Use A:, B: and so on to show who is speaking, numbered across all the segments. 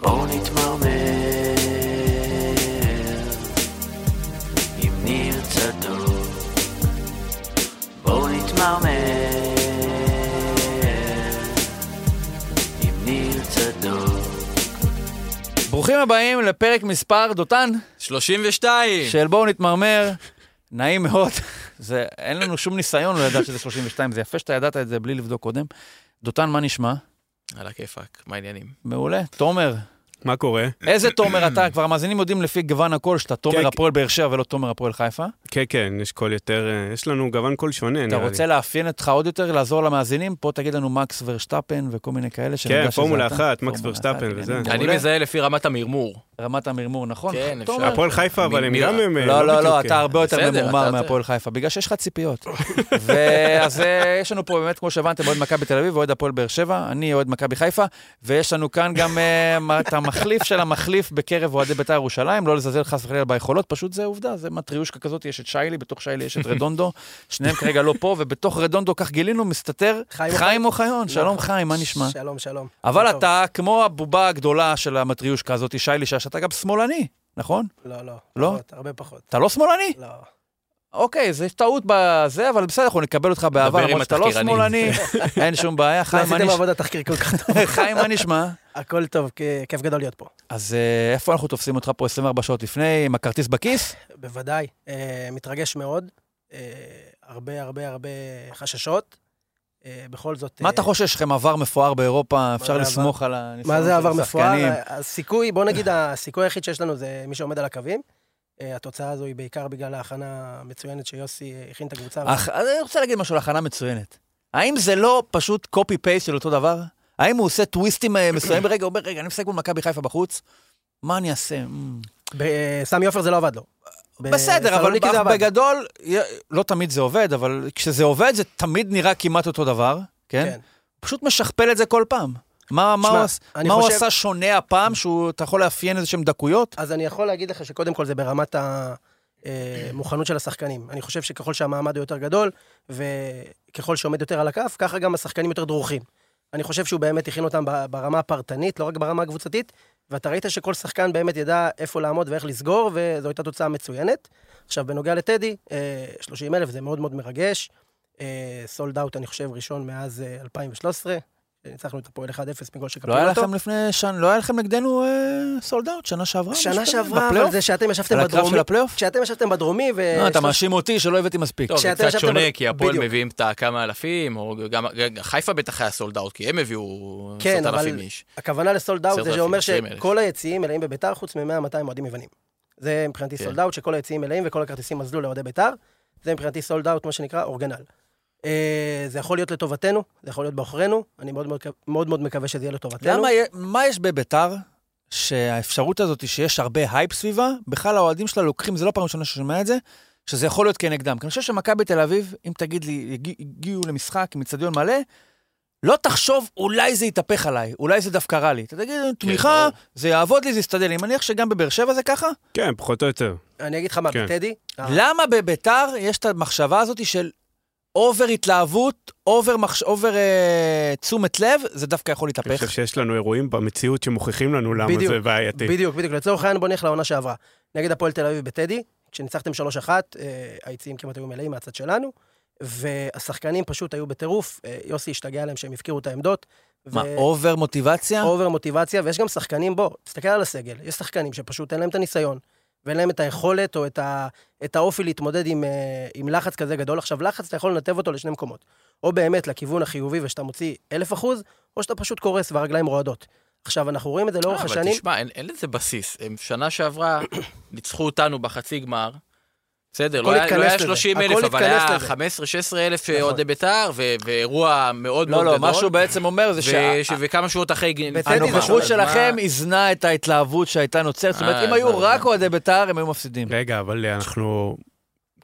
A: בואו נתמרמר עם ניר צדוק בואו נתמרמר עם ניר צדוק
B: ברוכים הבאים לפרק מספר דותן
C: 32!
B: של בואו נתמרמר, נעים מאוד. זה, אין לנו שום ניסיון לא לדעת שזה 32, זה יפה שאתה ידעת את זה בלי לבדוק קודם. דותן, מה נשמע?
C: על הכיפאק, מה העניינים?
B: מעולה. תומר,
D: מה קורה?
B: איזה תומר אתה? כבר המאזינים יודעים לפי גוון הקול שאתה
D: כן.
B: תומר הפועל באר שבע ולא תומר הפועל חיפה.
D: כן, כן, יש קול יותר, אה, יש לנו גוון קול שונה,
B: אתה
D: נראה לי.
B: רוצה לאפיין אותך עוד יותר, לעזור למאזינים? פה תגיד לנו מקס ורשטפן וכל מיני כאלה. שנדע
D: כן,
B: שזה
D: פורמולה
B: אתה.
D: אחת, מקס
B: פורמולה
D: ורשטפן
B: אחת,
D: וזה.
B: עניינים.
C: אני
B: מעולה.
C: מזהה לפי רמת המרמור.
B: רמת המרמור, נכון?
C: כן, אפשר.
B: תומר,
D: הפועל חיפה, אבל הם
C: מי-
D: גם הם... אה,
B: לא, לא,
D: בדיוק,
B: לא,
D: אה,
B: אתה הרבה יותר
C: בסדר,
B: ממורמר
C: אתה-
B: מהפועל חיפה, בגלל שיש לך ציפיות. ואז אה, יש לנו פה באמת, כמו שהבנתם, אוהד מכבי תל אביב ואוהד הפועל באר שבע, אני אוהד מכבי חיפה, ויש לנו כאן גם אה, מה- את המחליף של המחליף בקרב אוהדי בית"ר ירושלים, לא לזלזל חס וחלילה ביכולות, פשוט זה עובדה, זה מטריושקה כזאת, יש את שיילי, בתוך שיילי יש את רדונדו, שניהם כרגע לא פה, ובתוך רדונדו, כך גילינו, מסתתר
E: חיים
B: חיים
E: אוחיון.
B: אוחיון, שלום חיים, מה נשמע?
E: שלום, שלום.
B: אבל
E: טוב.
B: אתה, כמו הבובה הגדולה של המטריושקה הזאת, שיילי, שאתה גם שמאלני, נכון?
E: לא, לא.
B: לא?
E: פחות, הרבה פחות.
B: אתה לא שמאלני?
E: לא.
B: אוקיי, זה טעות בזה, אבל בסדר, אנחנו נקבל אותך באהבה,
C: דבר עם
B: למרות שאתה לא
C: התחקירנים.
B: שמאלני, אין שום בעיה.
E: לא
B: חיים, מה
E: עשיתם
B: נשמע?
E: עבודת תחקיר כל כך טוב.
B: חיים, מה נשמע?
E: הכל טוב, כ- כיף גדול להיות פה.
B: אז אה, איפה אנחנו תופסים אותך פה 24 שעות לפני, עם הכרטיס בכיס?
E: בוודאי. אה, מתרגש מאוד. אה, הרבה הרבה הרבה חששות. אה, בכל זאת...
B: מה
E: אה,
B: אתה חושש? יש לכם עבר מפואר באירופה, אפשר
E: זה
B: לסמוך על הניסיון
E: מה
B: של
E: זה עבר
B: השחקנים.
E: מפואר? אה, הסיכוי, בוא נגיד, הסיכוי היחיד שיש לנו זה מי שעומד על הקווים. אה, התוצאה הזו היא בעיקר בגלל ההכנה המצוינת שיוסי אה, הכין את הקבוצה.
B: אך- אז אני רוצה להגיד משהו על הכנה מצוינת. האם זה לא פשוט copy-paste של אותו דבר? האם הוא עושה טוויסטים אה, מסוימים רגע, הוא אומר, רגע, אני משחק מול מכבי חיפה בחוץ, מה אני אעשה? אמ,
E: בסמי עופר זה לא עבד לו.
B: בסדר, אבל
E: בסלוניקי זה עבד.
B: בגדול, י- לא תמיד זה עובד, אבל כשזה עובד זה תמיד נראה כמעט אותו דבר, כן?
E: כן.
B: פשוט משכפל את זה כל פעם. מה, מה,
E: שמע,
B: הוא, עש-
E: אני
B: מה הוא
E: חושב-
B: עשה שונה הפעם, שהוא, אתה יכול לאפיין איזה שהם דקויות?
E: אז אני יכול להגיד לך שקודם כל זה ברמת המוכנות של השחקנים. אני חושב שככל שהמעמד הוא יותר גדול, וככל שעומד יותר על הכף, ככה גם השחקנים יותר דרוכים. אני חושב שהוא באמת הכין אותם ב- ברמה הפרטנית, לא רק ברמה הקבוצתית, ואתה ראית שכל שחקן באמת ידע איפה לעמוד ואיך לסגור, וזו הייתה תוצאה מצוינת. עכשיו, בנוגע לטדי, 30 אלף זה מאוד מאוד מרגש. סולד אאוט, אני חושב, ראשון מאז אה, 2013. ניצחנו את הפועל 1-0 מגול שקפלו
B: לא היה לכם לפני שנה, לא היה לכם נגדנו סולד אאוט, שנה שעברה?
E: שנה
B: משהו כזה?
E: שעברה, אבל
B: בפלייאוף?
E: זה שאתם ישבתם
B: לא על הקרב של
E: בדרומי,
B: הפלייאוף?
E: כשאתם ישבתם בדרומי, ו...
B: לא, אתה מאשים אותי שלא הבאתי מספיק.
C: טוב, זה
E: כשאתה
C: קצת
E: ישבת
C: שונה,
E: ב-
C: כי הפועל
E: בדיוק.
C: מביאים את הכמה אלפים, או גם גם חיפה בטח היה סולד אאוט, כי הם הביאו
E: כן,
C: עשרת אלפים
E: אבל-
C: איש.
E: הכוונה לסולד אאוט זה
C: 10,000,
E: שאומר
C: 20,000.
E: שכל היציעים מלאים בביתר, חוץ מ-100-200 אוהדים יוונים. זה מבחינתי
C: כן.
E: סולד אאוט, שכל היציעים מלאים וכל הכרטיסים אזלו לאוהדי ביתר. זה מבחינתי סולד אאוט, מה שנקרא אורגנל. אה, זה יכול להיות לטובתנו, זה יכול להיות בעוכרינו, אני מאוד מאוד- מאוד מאוד מקווה שזה יהיה לטובתנו.
D: לא-
B: למה, יה- מה יש בביתר, שהאפשרות הזאת היא שיש הרבה הייפ סביבה, בכלל האוהדים שלה לוקחים, זה לא פעם ראשונה ששומע את זה, שזה יכול להיות כנגדם. כי אני חושב שמכבי תל אביב, אם תגיד לי, "הגיע- הגיעו למשחק עם אצטדיון מלא, לא תחשוב, אולי זה יתהפך עליי, אולי זה דווקא רע לי. אתה תגיד,
D: כן,
B: תמיכה,
C: ברור.
B: זה יעבוד לי, זה יסתדר לי. אני מניח שגם בבאר שבע זה ככה?
D: כן, פחות או יותר.
E: אני אגיד לך מה,
D: כן.
E: בטדי, אה,
B: למה בביתר יש את המחשבה הזאת של אובר התלהבות, אובר מחש- אובר, אה, תשומת לב, זה דווקא יכול
D: אני חושב
B: להתהפך?
D: שיש לנו אירועים במציאות שמוכיחים לנו למה
E: בדיוק,
D: זה בעייתי.
E: בדיוק, בדיוק. לצורך העניין בוא נלך לעונה שעברה. נגד הפועל תל אביב בטדי, כשניצחתם 3-1, אה, היציעים כמעט היו מלאים מהצד שלנו, והשחקנים פשוט היו בטירוף, אה, יוסי השתגע להם שהם הפקירו את העמדות. ו-
B: מה, אובר מוטיבציה?
E: אובר מוטיבציה, ויש גם שחקנים, בוא, תסתכל על הסגל, יש שחקנים שפשוט אין להם את הניסיון, ואין להם את היכולת או את, ה, את האופי להתמודד עם, אה, עם לחץ כזה גדול. עכשיו, לחץ, אתה יכול לנתב אותו לשני מקומות. או באמת לכיוון החיובי ושאתה מוציא אלף אחוז, או שאתה פשוט קורס והרגליים רועדות. עכשיו, אנחנו רואים את זה לאורך
C: אה, אבל
E: השנים.
C: תשמע, אין- אין לזה בסיס. הם שנה שעברה ניצחו אותנו בחצי גמר. בסדר, לא
E: הכל
C: היה- לא
E: התכנס
C: היה
E: לזה.
C: 30 אלף,
E: הכל
C: אבל
E: התכנס
C: היה
E: לזה. נכון.
C: 15-16 אלף אוהדי בית"ר, ו- ואירוע מאוד מאוד
B: לא,
C: גדול.
B: לא, מה שהוא בעצם אומר זה
C: ו- ש- וכמה שבועות אחרי...
E: בטדי זה
C: הנוכחות
B: שהנוכחות
E: שונה.
B: שלכם הזנה את ההתלהבות שהייתה נוצרת. זאת אומרת,
C: אה,
B: אם היו
C: הבנתי. כן,
B: רק אוהדי בית"ר, הם היו מפסידים.
D: רגע, אבל אה, אנחנו...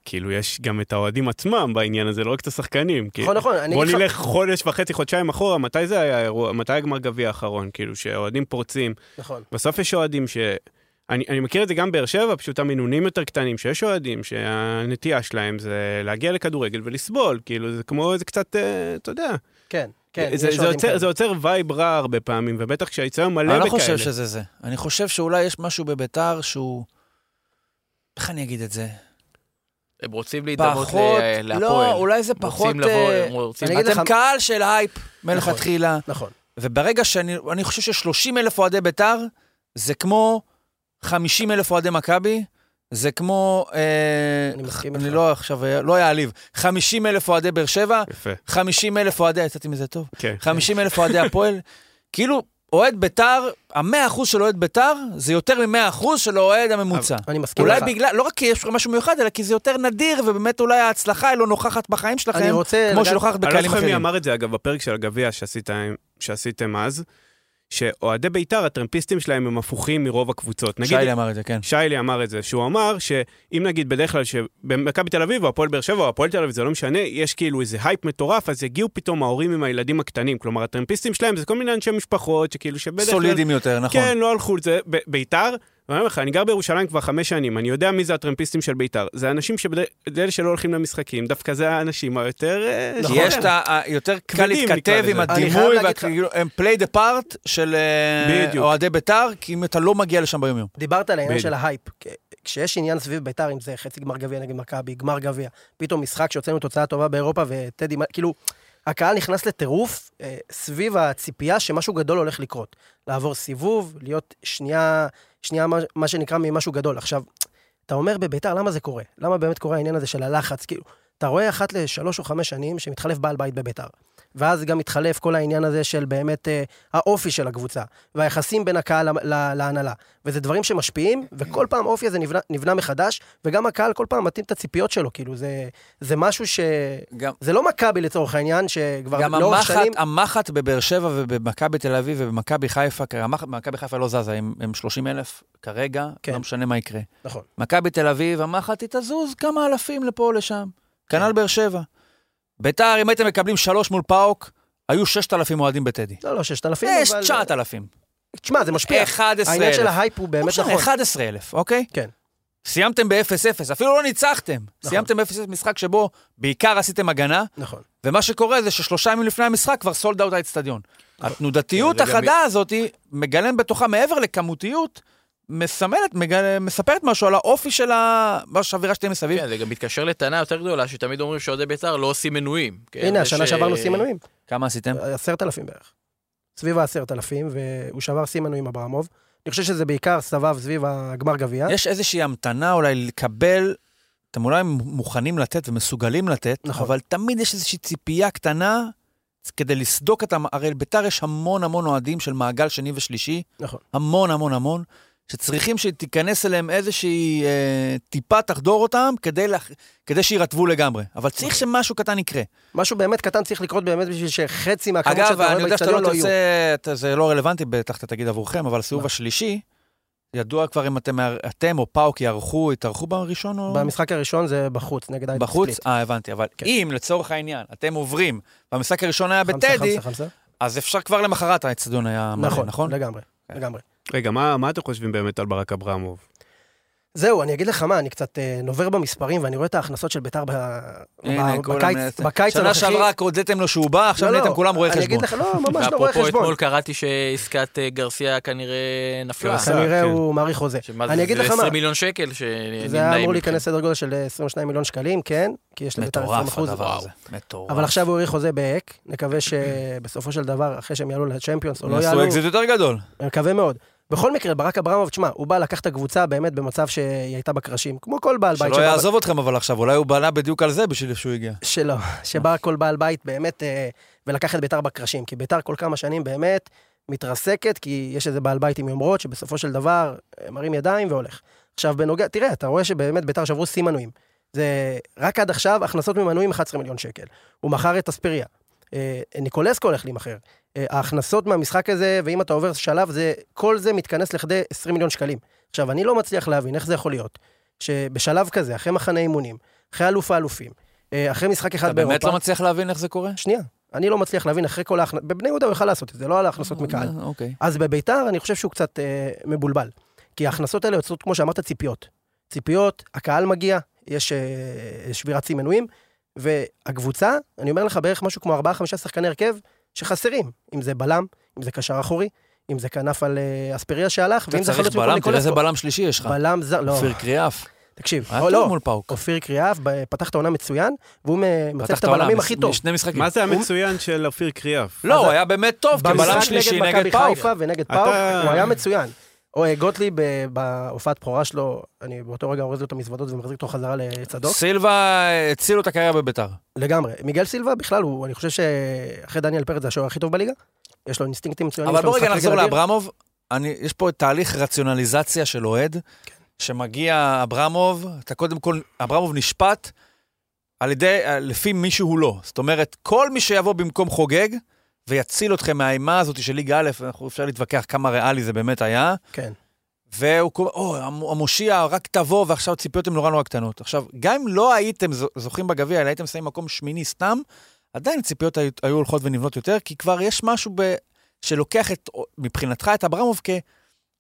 D: כאילו, יש גם את האוהדים עצמם בעניין הזה, לא רק את השחקנים. כי-
E: נכון, נכון, אני
D: בוא
E: אגיד לך-
D: נלך חודש וחצי, חודשיים אחורה, מתי זה היה האירוע, מתי הגמר גביע האחרון? כאילו, שהאוהדים פורצים,
E: נכון.
D: בסוף יש אוהדים ש... אני, אני מכיר את זה גם באר שבע, פשוט המינונים יותר קטנים, שיש אוהדים שהנטייה שלהם זה להגיע לכדורגל ולסבול, כאילו זה כמו איזה קצת, אה, אתה יודע,
E: כן. כן,
D: זה,
E: יש
D: זה,
E: אוהדים
D: יוצר,
E: כאלה.
D: זה יוצר וייב רע הרבה פעמים, ובטח כשהיציאה מלא
B: אני
D: בכאלה.
B: לא חושב שזה זה. אני חושב שאולי יש משהו בביתר שהוא... איך אני אגיד את זה?
C: הם רוצים להידמות
B: פחות...
C: ל-
B: לא,
C: להפועל.
B: אולי זה פחות...
C: רוצים לבוא,
B: אה,
C: הם רוצים...
E: אני אגיד
B: אתם
E: לך-
B: קהל של הייפ
E: נכון.
B: מלכתחילה,
E: נכון.
B: וברגע שאני אני חושב ש-30 אלף אוהדי ביתר, זה כמו 50 אלף אוהדי מכבי, זה כמו... אה,
E: אני מסכים
B: אני
E: איתך.
B: לא עכשיו, אה, לא אעליב. 50 אלף אוהדי באר שבע,
D: יפה,
B: 50 אלף אוהדי, יצאתי מזה טוב,
D: כן.
B: 50 אלף אוהדי הפועל. כאילו, אוהד ביתר, המאה אחוז של אוהד ביתר, זה יותר ממאה אחוז של האוהד הממוצע.
E: אני מסכים
B: אולי
E: איתך.
B: בגלל, לא רק כי יש לך משהו מיוחד, אלא כי זה יותר נדיר, ובאמת אולי ההצלחה היא לא נוכחת בחיים
E: אני
B: שלכם,
E: רוצה...
B: כמו
E: לגעת-
B: שנוכחת
D: אני לא
B: בקהלים
D: זוכר מי
B: אחרים.
D: אמר את זה, אגב, בפרק של הגביע שעשיתם- שעשיתם אז, שאוהדי בית"ר, הטרמפיסטים שלהם הם הפוכים מרוב הקבוצות. נגיד,
B: שיילי אמר את זה, כן.
D: שיילי אמר את זה, שהוא אמר שאם נגיד בדרך כלל שבמכבי תל אביב או הפועל באר שבע או הפועל תל אביב, זה לא משנה, יש כאילו איזה הייפ מטורף, אז יגיעו פתאום ההורים עם הילדים הקטנים. כלומר, הטרמפיסטים שלהם זה כל מיני אנשי משפחות שכאילו שבדרך כלל...
B: סולידיים יותר, נכון.
D: כן, לא הלכו לזה. ב- ביתר, אני אומר לך, אני גר בירושלים כבר חמש שנים, אני יודע מי זה הטרמפיסטים של ביתר. זה אנשים שבדרך אלה שלא הולכים למשחקים, דווקא זה האנשים היותר... אה,
B: נכון. כי
D: שאתה
B: יש את
D: יודע.
B: ה... ה- יותר קל
D: כבדים, נקרא
B: להתכתב
D: לזה.
B: עם
D: אני
E: חייב
B: הדימוי,
E: להגיד
B: וה-
E: לך-
B: כאילו, הם play the part של אה,
D: בדיוק.
B: אוהדי ביתר, כי אם אתה לא מגיע לשם ביום-יום.
E: דיברת על העניין
D: בדיוק.
E: של ההייפ. כ- כשיש עניין סביב ביתר, אם זה חצי גמר גביע נגד מכבי, גמר גביע, פתאום משחק שהוצאנו תוצאה טובה באירופה וטדי, מ- כאילו, הקהל נכנס לטירוף אה, סביב הציפייה שמשהו גדול הולך לקרות. לעבור סיבוב, להיות שנייה, שנייה מה, מה שנקרא ממשהו גדול. עכשיו, אתה אומר בביתר, למה זה קורה? למה באמת קורה העניין הזה של הלחץ? כאילו, אתה רואה אחת לשלוש או חמש שנים שמתחלף בעל בית בביתר. ואז גם מתחלף כל העניין הזה של באמת אה, האופי של הקבוצה, והיחסים בין הקהל ל- ל- להנהלה. וזה דברים שמשפיעים, וכל פעם האופי הזה נבנה, נבנה מחדש, וגם הקהל כל פעם מתאים את הציפיות שלו, כאילו, זה, זה משהו ש...
B: גם-
E: זה לא מכבי לצורך העניין, שכבר
B: גם
E: לאורך
B: המחט,
E: שנים...
B: המחט בבאר שבע ובמכבי תל אביב ובמכבי חיפה, כי המחט במכבי חיפה לא זזה, הם, הם 30 אלף כרגע,
E: כן.
B: לא משנה מה יקרה.
E: נכון.
B: מכבי תל אביב, המחט היא תזוז כמה אלפים לפה או לשם. כנ"ל באר שבע. ביתר, אם הייתם מקבלים שלוש מול פאוק, היו 6,000 אוהדים בטדי.
E: לא, לא, ששת אלפים,
B: אה, יש
E: אבל...
B: 9,000.
E: תשמע, זה משפיע.
B: 11,000.
E: העניין של ההייפ הוא באמת
B: לא משנה,
E: נכון.
B: 11,000, אוקיי?
E: כן.
B: סיימתם ב-0-0, אפילו לא ניצחתם. סיימתם ב-0-0 משחק שבו בעיקר עשיתם הגנה,
E: נכון.
B: ומה שקורה זה ששלושה ימים לפני המשחק כבר סולד אאוט האצטדיון. התנודתיות
C: כן, וגם-
B: החדה הזאת מגלם בתוכה, מעבר לכמותיות, מסמלת, מגל... מספרת משהו על האופי של ה... מה שהאווירה שתהיה מסביב.
C: כן, זה גם מתקשר לטענה יותר גדולה, שתמיד אומרים שאוהדי בית"ר לא עושים מנויים. כן,
E: הנה,
C: זה
E: השנה
C: ש-
E: שעברנו שיא מנויים.
B: כמה עשיתם?
E: עשרת אלפים בערך. סביב העשרת אלפים, והוא שבר שיא מנויים אברמוב. אני חושב שזה בעיקר סבב סביב הגמר גביע.
B: יש איזושהי המתנה אולי לקבל, אתם אולי מוכנים לתת ומסוגלים לתת,
E: נכון.
B: אבל תמיד יש איזושהי ציפייה קטנה כדי לסדוק את המ... הרי לביתר יש המון המון אוהדים של מעגל שני ושלישי,
E: נכון.
B: המון המון המון, שצריכים שתיכנס אליהם איזושהי אה, טיפה תחדור אותם כדי, לח... כדי שיירטבו לגמרי. אבל צריך
E: נכון.
B: שמשהו קטן יקרה.
E: משהו באמת קטן צריך לקרות באמת בשביל שחצי מהכמות שאתה
B: אגב,
E: רואה
B: אני יודע שאתה
E: באצטדיון
B: לא
E: לא יהיו. נכון.
B: תרצה, אתה- זה לא רלוונטי בטח, אתה תגיד עבורכם, אבל הסיבוב
E: מה?
B: השלישי, ידוע כבר אם אתם, אתם או פאוק יערכו, יתארחו בראשון או...
E: במשחק הראשון זה בחוץ, נגד הייטק
B: בחוץ?
E: ספליט.
B: אה, הבנתי, אבל
E: כן.
B: אם לצורך העניין אתם עוברים, והמשחק הראשון היה
E: חמסה,
B: בטדי,
E: חמסה, חמסה.
B: אז אפשר כבר למחרת האצטדיון היה מלא, נכון?
E: נכון, לגמרי,
B: כן.
E: לגמרי.
D: רגע, מה מה אתם חושבים באמת על ברק אברמוב?
E: זהו, אני אגיד לך מה, אני קצת אה, נובר במספרים ואני רואה את ההכנסות של ביתר ב-
B: הנה,
E: ב-
B: כל
E: בקיץ
B: המ-
E: בקיץ
B: שנה
E: הנוכחי.
B: שעברה רק הודיתם לו שהוא בא, עכשיו
E: לא, לא,
B: נהייתם כולם רואי
E: אני אגיד
B: חשבון.
E: לך, לא, ממש לא רואה
C: ואפרופו
E: חשבון.
C: אתמול קראתי שעסקת אה, גרסיה כנראה נפלה.
D: קרסה.
E: כנראה
B: אה,
D: כן.
E: הוא מעריך חוזה.
C: שמה זה-
E: נכון. אני אגיד
C: זה
E: לך מה,
C: 20 מיליון שקל
E: זה היה
C: שנמנעים.
B: כן.
E: אמור להיכנס סדר גודל של אה, 22 מיליון שקלים, כן? כי יש לביתר 20
B: מטורף
E: אחוז.
B: הדבר הזה, מטורף.
E: אבל עכשיו הוא האריך חוזה באק, נקווה שבסופו של דבר, אחרי שהם יעלו לצ'מפיונס או
B: הם
E: לא
B: עשו
E: יעלו,
B: אקזיט יותר גדול.
E: אני מקווה מאוד. בכל מקרה, ברק אברמוב, תשמע, הוא בא לקח את הקבוצה באמת במצב שהיא הייתה בקרשים, כמו כל בעל בית.
B: שלא
E: שבא-
B: יעזוב אתכם אבל עכשיו, אולי הוא בנה בדיוק על זה בשביל שהוא הגיע.
E: שלא, שבא כל בעל בית באמת אה, ולקח את ביתר בקרשים, כי ביתר כל כמה שנים באמת מתרסקת, כי יש איזה בעל בית עם יומרות שבסופו של דבר אה, מרים ידיים והולך. עכשיו בנוגע, תראה, אתה רואה שבאמת ביתר שברו שיא מנויים. זה רק עד עכשיו הכנסות ממנויים 11 מיליון שקל. הוא מכר את אספיריה. אה, ניקולסקו הולך להימכר. אה, ההכנסות מהמשחק הזה, ואם אתה עובר שלב, זה, כל זה מתכנס לכדי 20 מיליון שקלים. עכשיו, אני לא מצליח להבין איך זה יכול להיות, שבשלב כזה, אחרי מחנה אימונים, אחרי אלוף האלופים, אה, אחרי משחק אחד
B: אתה
E: באירופה...
B: באמת לא מצליח להבין איך זה קורה?
E: שנייה, אני לא מצליח להבין אחרי כל ההכנסות... בבני יהודה הוא יכל לעשות את זה, לא על ההכנסות מקהל.
B: אוקיי.
E: אז בביתר אני חושב שהוא קצת אה, מבולבל. כי ההכנסות האלה יוצרות, כמו שאמרת, ציפיות. ציפיות, הקהל מגיע, יש אה, שבירת שיא מנויים, והקבוצה, אני אומר לך, בערך משהו כמו 4-5 שחקני הרכב, שחסרים, אם זה בלם, אם זה קשר אחורי, אם זה כנף על אה, אספריה שהלך,
B: אתה
E: ואם זה
B: צריך
E: חלוץ
B: בלם,
E: מקום
B: תראה איזה
E: ניקולסקו.
B: בלם שלישי יש לך.
E: בלם זר, לא,
B: אופיר קריאף.
E: תקשיב,
B: היה
E: לא,
B: טוב
E: לא,
B: מול פאוק.
E: אופיר קריאף ב- פתח את העונה מצוין, והוא מ- מצב
B: פתח
E: את הבלמים
B: העונה,
E: הכי טוב.
B: שני משחקים.
D: מה זה המצוין של אופיר קריאף?
B: לא,
E: אז
B: הוא היה באמת טוב, כבלם
E: במשחק
B: שלישי
E: נגד מכבי
B: נגד פאוק.
E: חיפה ונגד
D: אתה-
E: פאוק, הוא היה מצוין. או אה, גוטליב, אה, בהופעת בכורה שלו, אני באותו רגע אורז לו את המזוודות ומחזיק אותו חזרה לצדוק.
B: סילבה הציל לו את הקריירה בביתר.
E: לגמרי. מיגל סילבה בכלל, הוא, אני חושב שאחרי דניאל פרץ זה השוער הכי טוב בליגה. יש לו אינסטינקטים מצוינים.
B: אבל
E: יש לו
B: בוא רגע
E: משחק
B: נחזור
E: רגל אדיר.
B: לאברמוב. אני- יש פה תהליך רציונליזציה של אוהד, שמגיע אברמוב, אתה קודם כל, אברמוב נשפט על ידי, לפי מי שהוא לא. זאת אומרת, כל מי שיבוא במקום חוגג ויציל אתכם מהאימה הזאת של ליגה א', אנחנו- אפשר להתווכח כמה ריאלי זה באמת היה,
E: כן.
B: והוא קורא, או, המ- המושיע, רק תבוא, ועכשיו ציפיות הן נורא נורא קטנות. עכשיו, גם אם לא הייתם זו- זוכים בגביע, אלא הייתם שמים מקום שמיני סתם, עדיין הציפיות היו, היו הולכות ונבנות יותר, כי כבר יש משהו ב, שלוקח את, מבחינתך את אברמוב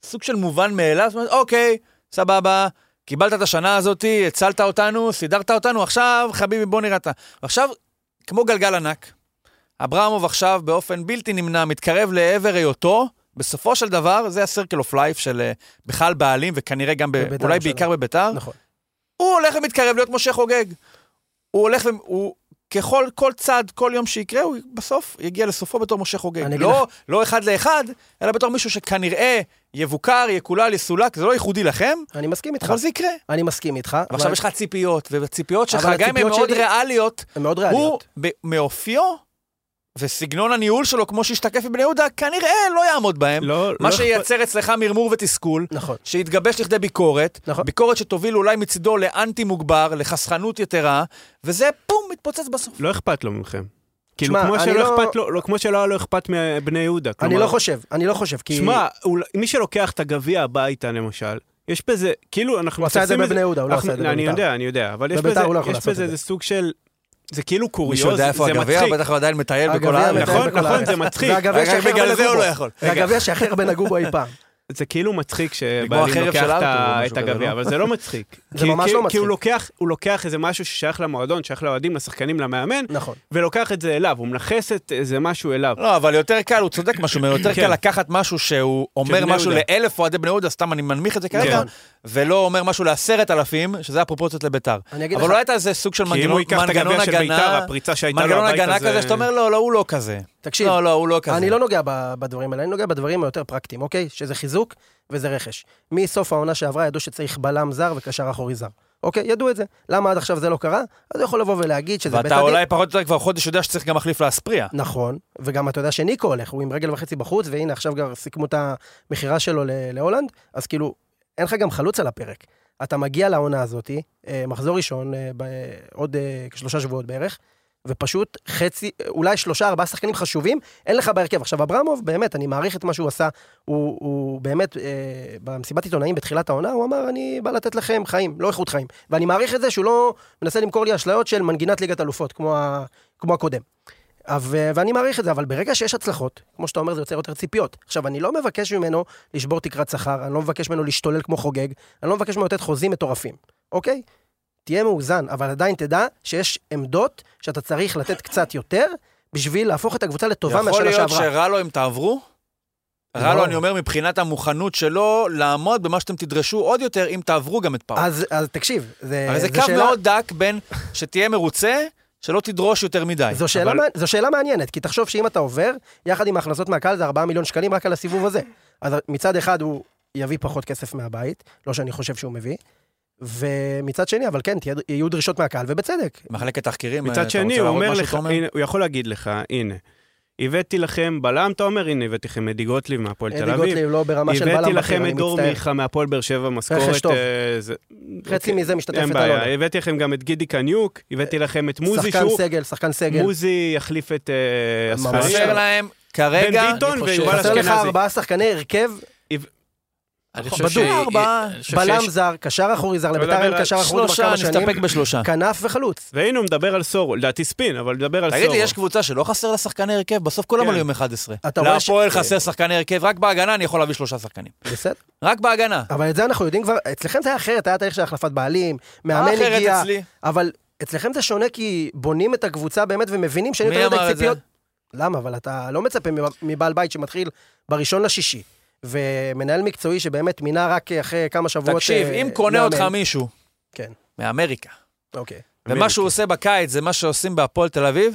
B: כסוג של מובן מאליו, זאת אומרת, אוקיי, סבבה, קיבלת את השנה הזאת, הצלת אותנו, סידרת אותנו, עכשיו, חביבי, בוא נראה את ה... עכשיו, כמו גלגל ענק, אברמוב עכשיו באופן בלתי נמנע מתקרב לעבר היותו, בסופו של דבר, זה ה-circle of life של אה, בכלל בעלים, וכנראה גם, ב,
E: בבית"ר
B: אולי
E: ירושלים.
B: בעיקר בביתר,
E: נכון.
B: הוא הולך ומתקרב להיות משה חוגג. הוא הולך ו... הוא... ככל, כל צעד, כל יום שיקרה, הוא בסוף יגיע לסופו בתור משה חוגג.
E: אני אגיד
B: לא, לא אחד לאחד, אלא בתור מישהו שכנראה יבוקר, יקולל, יסולק, זה לא ייחודי לכם,
E: אני מסכים איתך.
B: אבל זה יקרה.
E: אני מסכים איתך.
B: ועכשיו
E: אבל
B: יש לך ציפיות, והציפיות שלך,
E: אבל
B: גם אם הן
E: הציפיות
B: מאוד
E: שלי-
B: ריאליות,
E: הן מאוד
B: הוא
E: ריאליות.
B: ב- מאופיו וסגנון הניהול שלו, כמו שהשתקף בבני יהודה, כנראה לא יעמוד בהם.
D: לא,
B: מה
D: לא אכפת-
B: שייצר אצלך מרמור ותסכול,
E: נכון.
B: שיתגבש לכדי ביקורת,
E: נכון.
B: ביקורת שתוביל אולי מצידו לאנטי מוגבר, לחסכנות יתרה, וזה פום, מתפוצץ בסוף.
D: לא אכפת לו מכם. כאילו,
E: שמע,
D: כמו
E: אני
D: שלא
E: לא-
D: אכפת לו, לא- כמו שלא היה לו אכפת מבני יהודה.
E: אני
D: כלומר,
E: לא חושב, אני לא חושב, כי...
D: שמע, אול- מי שלוקח את הגביע הביתה, למשל, יש בזה, כאילו, אנחנו...
E: הוא עשה את זה
D: מתייחסים
E: בבני יהודה, הוא לא
D: אנחנו-
E: עשה את זה
D: אני
E: בביתר.
D: יודע, אני יודע, אבל יש
E: בביתר
D: בזה-
E: הוא לא יכול
D: יש
E: לעשות
D: בזה
E: את זה.
D: איזה סוג של... זה כאילו
B: מישהו
D: קוריוז,
B: יודע
D: זה
B: איפה הגביע,
D: מצחיק.
B: בטח הוא עדיין מטייל בכל
E: הגביע
B: הארץ.
E: מטייל
D: נכון,
E: בכל
D: נכון,
E: הארץ.
D: זה מצחיק.
E: זה הגביע
B: רק
E: שהכי הרבה
B: בגלל זה
E: נגעו
B: הוא
E: בו.
B: לא יכול. לא,
E: זה הגביע שהכי הרבה נגעו בו אי פעם.
D: זה כאילו מצחיק
B: לגמור
D: שבעלים
B: החרב
D: לוקח
B: של
D: את ה-
B: האוטו,
D: את
B: משהו כזה,
D: הגביע,
B: לא?
D: אבל זה לא מצחיק.
E: זה
D: כי-
E: ממש
D: כי-
E: לא מצחיק.
D: כי הוא לוקח- הוא לוקח איזה משהו ששייך למועדון, שייך לאוהדים, לשחקנים, למאמן,
E: נכון.
D: ולוקח את זה אליו, הוא מנכס את איזה משהו אליו.
B: לא, אבל יותר קל, הוא צודק משהו, יותר
D: כן.
B: קל לקחת משהו שהוא אומר
D: בני
B: משהו
D: יהודה.
B: לאלף אוהדי בני יהודה, סתם אני מנמיך את זה כרגע,
E: נכון.
B: ולא אומר משהו לעשרת אלפים, שזה הפרופורציות לביתר.
E: אני אגיד
B: אבל
E: לך-
B: לא הייתה איזה סוג של
D: כי אם הוא
B: מנגנון
D: ייקח את
B: מנגנון
D: הגביע של ביתר,
B: הגנה,
D: הפריצה שהייתה לו
B: מנגנון הגנה
D: הביתה
B: כזה,
D: זה...
B: שאתה אומר, לא, לא, הוא לא כזה.
E: תקשיב,
B: לא, לא, הוא לא כזה.
E: אני לא נוגע ב- בדברים האלה, אני נוגע בדברים היותר פרקטיים, אוקיי? שזה חיזוק וזה רכש. מסוף העונה שעברה ידעו שצריך בלם זר וקשר אחורי זר. אוקיי? ידעו את זה. למה עד עכשיו זה לא קרה? אז הוא יכול לבוא ולהגיד שזה בית
B: ואתה
E: הדין.
B: אולי פחות או יותר כבר חודש יודע שצריך גם מחליף לאספריה.
E: נכון, וגם אתה יודע שניקו הולך, הוא עם רגל וחצי בחוץ, והנה עכשיו כבר סיכמו את המכירה שלו ל- להולנד, אז כאילו, אין לך גם חלוץ על הפרק. אתה מגיע לעונה הזאתי, אה, מחזור ראשון, אה, ב- עוד אה, כשלושה שבועות בערך, ופשוט חצי, אולי שלושה, ארבעה שחקנים חשובים, אין לך בהרכב. עכשיו, אברמוב, באמת, אני מעריך את מה שהוא עשה. הוא, הוא באמת, אה, במסיבת עיתונאים בתחילת העונה, הוא אמר, אני בא לתת לכם חיים, לא איכות חיים. ואני מעריך את זה שהוא לא מנסה למכור לי אשליות של מנגינת ליגת אלופות, כמו, ה, כמו הקודם. ו- ואני מעריך את זה, אבל ברגע שיש הצלחות, כמו שאתה אומר, זה יוצר יותר ציפיות. עכשיו, אני לא מבקש ממנו לשבור תקרת שכר, אני לא מבקש ממנו להשתולל כמו חוגג, אני לא מבקש ממנו לתת חוזים מטורפים, אוקיי? תהיה מאוזן, אבל עדיין תדע שיש עמדות שאתה צריך לתת קצת יותר, בשביל להפוך את הקבוצה לטובה
B: יכול
E: מהשנה
B: להיות
E: שעברה.
B: שרע לו אם תעברו? רע לו,
E: לא.
B: אני אומר, מבחינת המוכנות שלו לעמוד במה שאתם תדרשו עוד יותר, אם תעברו גם את פאו.
E: אז, אז תקשיב, זה,
B: הרי זה
E: זו
B: קו
E: שאלה,
B: מאוד דק בין שתהיה מרוצה, שלא תדרוש יותר מדי.
E: זו שאלה,
D: אבל-
E: אבל... מעני, זו שאלה מעניינת, כי תחשוב שאם אתה עובר, יחד עם ההכנסות מהקהל זה 4 מיליון שקלים רק על הסיבוב הזה. אז מצד אחד הוא יביא פחות כסף מהבית, לא שאני חושב שהוא מביא, ומצד שני, אבל כן, תהיה, יהיו דרישות מהקהל, ובצדק.
B: מחלקת תחקירים, אה, אתה
D: מצד
B: רוצה
D: שני, הוא
B: להראות
D: אומר
B: משהו,
D: לך,
B: תומר?
D: הנה, הוא יכול להגיד לך, הנה, הבאתי לכם בלם, אתה אומר, הנה, הבאתי לכם אדי גוטליב מהפועל תל
E: אדי
D: אביב.
E: גוטליב לא ברמה של
D: הבאתי
E: בלם
D: לכם
E: בכיר, אני
D: את דור
E: מצטער.
D: מיכה מהפועל באר שבע,
E: רכש
D: משכורת...
E: טוב.
D: אה, זה-
E: חצי
D: אוקיי.
E: מזה משתתפת
D: אין
E: על
D: בעיה, הבאתי לכם גם את גידי קניוק, הבאתי לכם את מוזי,
E: לא אה, שחקן
D: שהוא...
E: סגל, שחקן סגל.
D: מוזי יחליף את אה,
E: ממש.
D: הספרים.
B: חסר להם כרגע,
D: בן ביטון
B: אני חושב-
D: ויובל
E: חסר לך
D: אשכנזי.
E: ארבעה שחקני הרכב,
C: אני
B: נכון,
C: חושב
B: בדוק.
C: שהיא-
B: ארבעה,
C: אני חושב
E: בלם
C: שיש-
E: זר, קשר אחורי זר, לביתר
D: מדבר
E: אין
D: על
E: קשר אחורי כבר
B: שלושה,
E: כמה שנים,
B: נסתפק בשלושה.
E: כנף וחלוץ.
D: והנה הוא מדבר על סורו, לדעתי ספין, אבל מדבר על סורו.
B: תגיד לי, יש קבוצה שלא חסר לה שחקני הרכב? בסוף כולם
D: כן.
B: עלו עם 11.
E: אתה רואה ש-
B: להפועל חסר שחקני הרכב, רק בהגנה אני יכול להביא שלושה שחקנים.
E: בסדר?
B: רק בהגנה.
E: אבל את זה אנחנו יודעים כבר, אצלכם זה היה אחרת, היה תהליך של החלפת בעלים, מאמן
B: אחרת
E: הגיע,
B: אצלי?
E: אבל אצלכם זה שונה כי בונים את הקבוצה באמת ומבינים שאני
B: מי
E: יותר מדי
B: אמר את זה?
E: ציפיות. למה? אבל אתה לא מצפה מבע- מבעל בית שמתחיל בראשון לשישי, ומנהל מקצועי שבאמת מינה רק אחרי כמה שבועות...
B: תקשיב,
E: אה,
B: אם קונה
E: מאמן.
B: אותך מישהו
E: כן,
B: מאמריקה,
E: אוקיי.
B: ומה שהוא עושה בקיץ זה מה שעושים בהפועל תל אביב,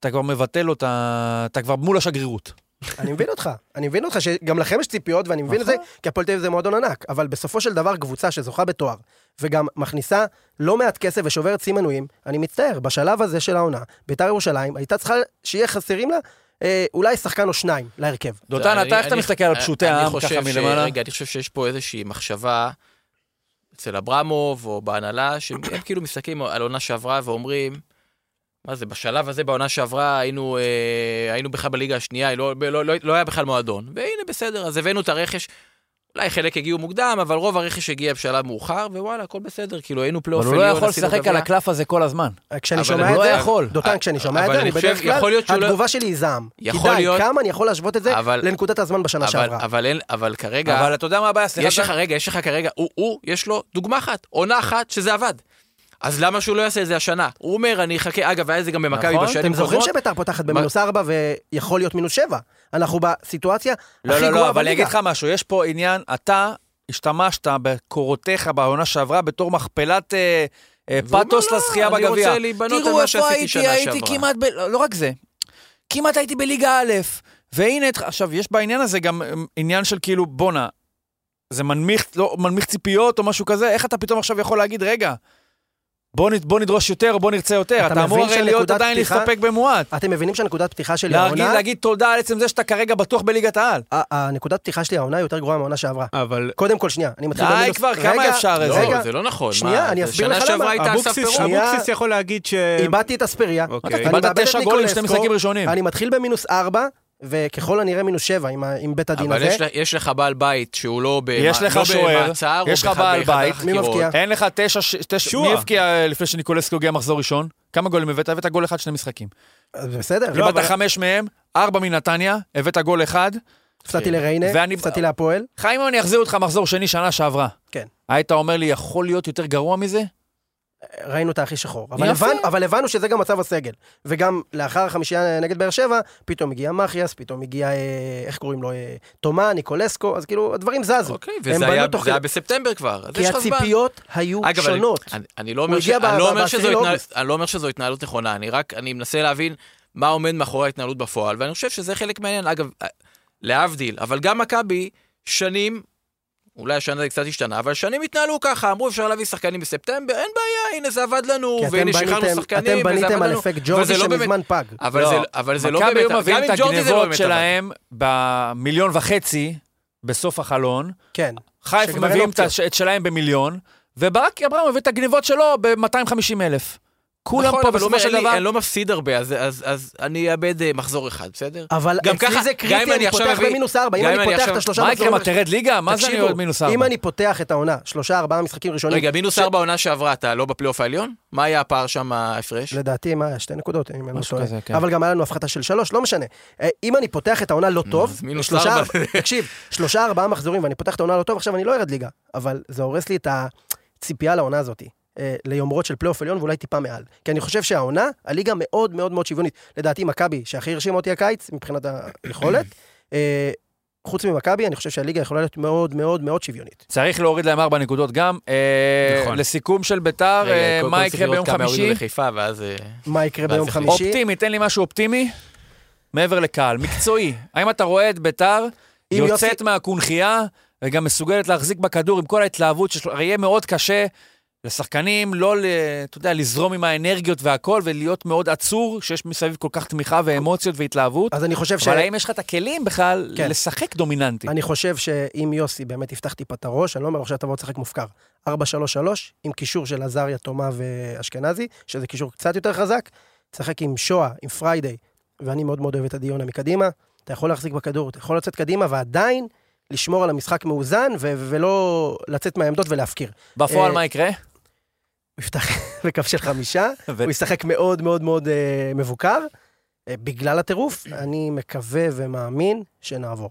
B: אתה כבר מבטל לו את ה... אתה כבר מול השגרירות.
E: אני מבין אותך, אני מבין אותך שגם לכם יש ציפיות ואני מבין את זה, כי הפועל תל אביב זה מועדון ענק, אבל בסופו של דבר קבוצה שזוכה בתואר, וגם מכניסה לא מעט כסף ושוברת שיא מנויים, אני מצטער, בשלב הזה של העונה, בית"ר ירושלים הייתה צריכה שיהיה חסרים לה אה, אולי שחקן או שניים להרכב.
B: דותן,
C: אני-
B: אתה איך אתה
C: אני-
B: מסתכל על
C: אני-
B: פשוטי
C: אני
B: העם
C: חושב
B: ככה
C: ש-
B: מלמעלה?
C: רגע, אני חושב שיש פה איזושהי מחשבה אצל אברמוב או בהנהלה, שהם כאילו מסתכלים על עונה שעברה ואומרים, מה זה, בשלב הזה בעונה שעברה היינו, אה, היינו בכלל בליגה השנייה, לא, לא, לא, לא היה בכלל מועדון. והנה, בסדר, אז הבאנו את הרכש. אולי חלק הגיעו מוקדם, אבל רוב הרכש הגיע בשלב מאוחר, ווואלה, הכל בסדר, כאילו היינו
B: אבל
C: פלייאוף
B: הוא לא
C: עליון,
B: יכול
C: עשינו
B: לשחק
C: גביע.
B: על הקלף הזה כל הזמן.
E: אה, כשאני
C: אבל
E: שומע
C: הוא
E: את
C: לא
E: זה,
B: יכול.
E: דותן, כשאני שומע את
C: אבל
E: זה,
C: אני
E: אני בדרך
C: חושב, יכול
E: כלל,
C: להיות שהוא לא-
E: התגובה שלי היא זעם. כי
C: יכול
E: די,
C: להיות-
E: כמה אני יכול להשוות את זה
C: אבל-
E: לנקודת הזמן בשנה
C: אבל,
E: שעברה.
C: אבל, אין- אבל כרגע...
B: אבל אתה יודע מה הבעיה? סליחה,
C: יש לך, רגע, יש לך כרגע, הוא, הוא, יש לו דוגמה אחת, עונה אחת, שזה עבד. אז למה שהוא לא יעשה את זה השנה? הוא אומר, אני אחכה, אגב, היה זה גם במכבי
B: נכון,
C: בשנים
E: אתם זוכרים
C: קודמות.
E: שביתר פותחת במינוס ארבע ויכול להיות מינוס שבע. אנחנו בסיטואציה
B: לא,
E: הכי
B: לא, לא,
E: גרועה
B: אבל אני
E: בליגה.
B: אגיד לך משהו, יש פה עניין, אתה השתמשת בקורותיך בעונה שעברה בתור מכפלת אה, אה,
C: אומר,
B: פאתוס
C: לא,
B: לזכייה
C: אני
B: בגביע.
C: רוצה להיבנות על מה שעשיתי שנה
B: תראו איפה הייתי, הייתי
C: שעברה.
B: כמעט, ב... לא לא רק זה, כמעט הייתי בליגה א', והנה, התח- עכשיו, יש בעניין הזה גם אה, עניין של כאילו, בואנה, זה מנמיך, לא, מנמיך ציפיות או משהו כזה, איך אתה פתאום עכשיו יכול להגיד, רגע, בוא, נ- בוא נדרוש יותר, בוא נרצה יותר,
E: אתה
B: אתה אמור
E: מבין
B: הרי להיות
E: שנקודת
B: עדיין
E: פתיחה-
B: להסתפק במועט.
E: אתם מבינים שהנקודת פתיחה שלי
B: להגיד,
E: העונה,
B: להגיד תודה על עצם זה שאתה כרגע בטוח בליגת העל.
E: ה- הנקודת פתיחה שלי העונה יותר גרועה מהעונה שעברה.
D: אבל
E: קודם כל, שנייה, אני מתחיל
B: די
E: במינוס.
B: כבר,
E: רגע,
B: כמה אפשר את
C: לא,
B: רגע.
C: זה לא נכון.
E: שנייה,
C: מה,
E: אני
C: זה
E: אסביר לך
C: שנה שעברה
E: למה.
C: הייתה אסף
D: אבוקסיס
C: פירון.
E: שנייה.
D: אבוקסיס יכול להגיד ש...
E: איבדתי את אספריה.
D: אוקיי.
E: אני
B: קיבלת
E: מאבד את
B: תשע גולים, שני
E: ניקולסקו,
B: משחקים ראשונים.
E: אני מתחיל במינוס ארבע, וככל הנראה מינוס שבע עם ה- עם בית הדין
C: אבל
E: הזה.
C: יש לך- יש לך בעל בית שהוא לא במע-
B: יש לך
C: לא
B: שוער,
C: במעצר, הוא
B: יש לך
C: בכלל
B: בעל
C: בחדר
B: בית,
E: מי
C: חקירות.
E: מבקיע?
B: אין לך תשע, ש- תשע,
D: שועה.
B: מי הבקיע אה, לפני שניקולסקי הגיע מחזור ראשון? כמה גולים הבאת? הבאת גול אחד שני משחקים.
E: אז אה, בסדר,
D: לא,
B: קיבלת
D: אבל-
B: חמש מהם, ארבע מנתניה, הבאת גול אחד.
E: הפסדתי לריינה,
B: ואני-
E: הפסדתי להפועל.
B: חיים, אם אני אחזיר אותך מחזור שני שנה שעברה.
E: כן.
B: היית אומר לי, יכול להיות יותר גרוע מזה?
E: ראינו את האחי שחור. אבל,
B: יפה.
E: הבנ, אבל הבנו שזה גם מצב הסגל. וגם לאחר החמישייה נגד באר שבע, פתאום הגיע מחיאס, פתאום הגיע, אה, איך קוראים לו, אה, תומה, ניקולסקו, אז כאילו, הדברים זזו.
C: אוקיי,
E: הם
C: וזה
E: בנו
C: היה-
E: תוך
C: זה היה
E: כדי-
C: בספטמבר כבר, אז
E: כי
C: יש לך זמן.
E: הציפיות היו
C: אגב, אני-
E: שונות.
C: אני- אני לא
E: הוא
C: אומר ש-
E: הגיע ב-
C: אני לא
E: ב-
C: אומר
E: בעשירי
C: שזו התנהל-
E: לאוגוסט.
C: אני לא אומר שזו התנהלות נכונה, אני רק, אני מנסה להבין מה עומד מאחורי ההתנהלות בפועל, ואני חושב שזה חלק מהעניין. אגב, אה, להבדיל, אבל גם מכבי, שנים, אולי השנה זה קצת השתנה, אבל שנים התנהלו ככה, אמרו אפשר להביא שחקנים בספטמבר, אין בעיה, הנה זה עבד לנו,
E: כי אתם
C: והנה
E: בניתם-
C: שחררנו שחקנים,
E: אתם
C: וזה
E: בניתם
C: עבד
E: על
C: לנו,
E: אפקט
C: וזה
E: ג'ורדי
C: לא באמת-
E: שמזמן פג.
C: אבל זה- אבל זה לא
B: מכבי
C: באמת,
B: היו
C: גם
B: מביאים
C: עם
B: את
C: ג'ורדי זה לא
B: הגנבות
C: באמת עבד.
B: שלהם במיליון וחצי בסוף החלון.
E: כן.
B: חיפה
E: שכבר אין
B: מביאים את
E: אופציות.
B: הש- את שלהם במיליון, וברק אברהם מביא את הגניבות שלו ב-250 אלף. כולם
C: נכון,
B: פה
C: אבל הוא
B: בסופו
C: אומר,
B: של
C: "אין לי-
B: דבר...
C: אני לא מפסיד הרבה, אז- אז אז אני אאבד אה, מחזור אחד, בסדר?
E: אבל
C: גם
E: אצלי
C: ככה, גם
E: זה
C: אם
E: קריטי,
C: אני
E: אני
C: עכשיו
E: פותח
C: אביא-
E: במינוס ארבע. אם
C: גם אם
E: אני
C: אני
E: פותח
C: עכשיו-
E: את השלושה
B: מה יקרה,
C: לא-
E: מחזורים-
B: מה, תרד ליגה? מה זה אני
E: תקשיבו,
B: עוד מינוס ארבע?
E: אם אני פותח את העונה, שלושה, ארבעה משחקים ראשונים...
C: רגע, מינוס
E: ש-
C: ארבע עונה שעברה, אתה לא בפלייאוף העליון? מה היה הפער שם ההפרש?
E: לדעתי, מה, שתי נקודות, אם אני לא
B: משהו
E: טועה.
B: כזה, כן.
E: אבל גם היה לנו הפחתה של שלוש, לא משנה. אה, אם אני פותח את העונה לא טוב,
C: אז מינוס
E: שלושה,
C: ארבע.
E: ארבע- תקשיב, שלושה ארבעה מחזורים ואני פותח את העונה לא טוב, עכשיו אני לא ארד ליגה, אבל זה הורס לי את הציפייה לעונה הזאת. אה, ליומרות של פלייאוף עליון ואולי טיפה מעל. כי אני חושב שהעונה, הליגה מאוד מאוד מאוד שוויונית. לדעתי מכבי, שהכי הרשימה אותי הקיץ, מבחינת היכולת, אה, חוץ ממכבי, אני חושב שהליגה יכולה להיות מאוד מאוד מאוד שוויונית.
B: צריך להוריד להם ארבע נקודות גם. אה,
D: נכון.
B: לסיכום של ביתר,
C: רגע,
B: אה,
C: קודם כל
B: מה
C: צריך
B: יקרה
C: לראות
B: ביום
C: כמה יורידו
B: חמישי?
C: לחיפה, ואז... אה,
E: מה יקרה
C: ואז
E: ביום
C: יחליט.
E: חמישי?
B: אופטימי, תן לי משהו אופטימי, מעבר לקהל, מקצועי. האם אתה רואה את ביתר
E: אם
B: יוצאת
E: יוסי-
B: מהקונכייה וגם מסוגלת להחזיק בכדור עם כל ההתלהבות שיש לו? הרי יהיה מאוד קשה לשחקנים לא, ל- אתה יודע, לזרום עם האנרגיות והכל ולהיות מאוד עצור, שיש מסביב כל כך תמיכה ואמוציות והתלהבות.
E: אז אני חושב ש...
B: אבל האם יש לך את הכלים בכלל
E: כן.
B: לשחק דומיננטי?
E: אני חושב שאם יוסי באמת יפתח טיפה את הראש, אני לא אומר עכשיו תבוא לשחק מופקר. 4-3-3, עם קישור של עזריה, תומה ואשכנזי, שזה קישור קצת יותר חזק. תשחק עם שואה, עם פריידיי, ואני מאוד מאוד אוהב את הדיונה מקדימה. אתה יכול להחזיק בכדור, אתה יכול לצאת קדימה, ועדיין לשמור על המשחק מאוזן, ו- ולא לצאת מהעמדות ולהפקיר.
B: בפועל
E: אה,
B: מה יקרה?
E: הוא יפתח בקו של חמישה, הוא ישחק מאוד מאוד מאוד אה, מבוקר. אה, בגלל הטירוף, אני מקווה ומאמין שנעבור.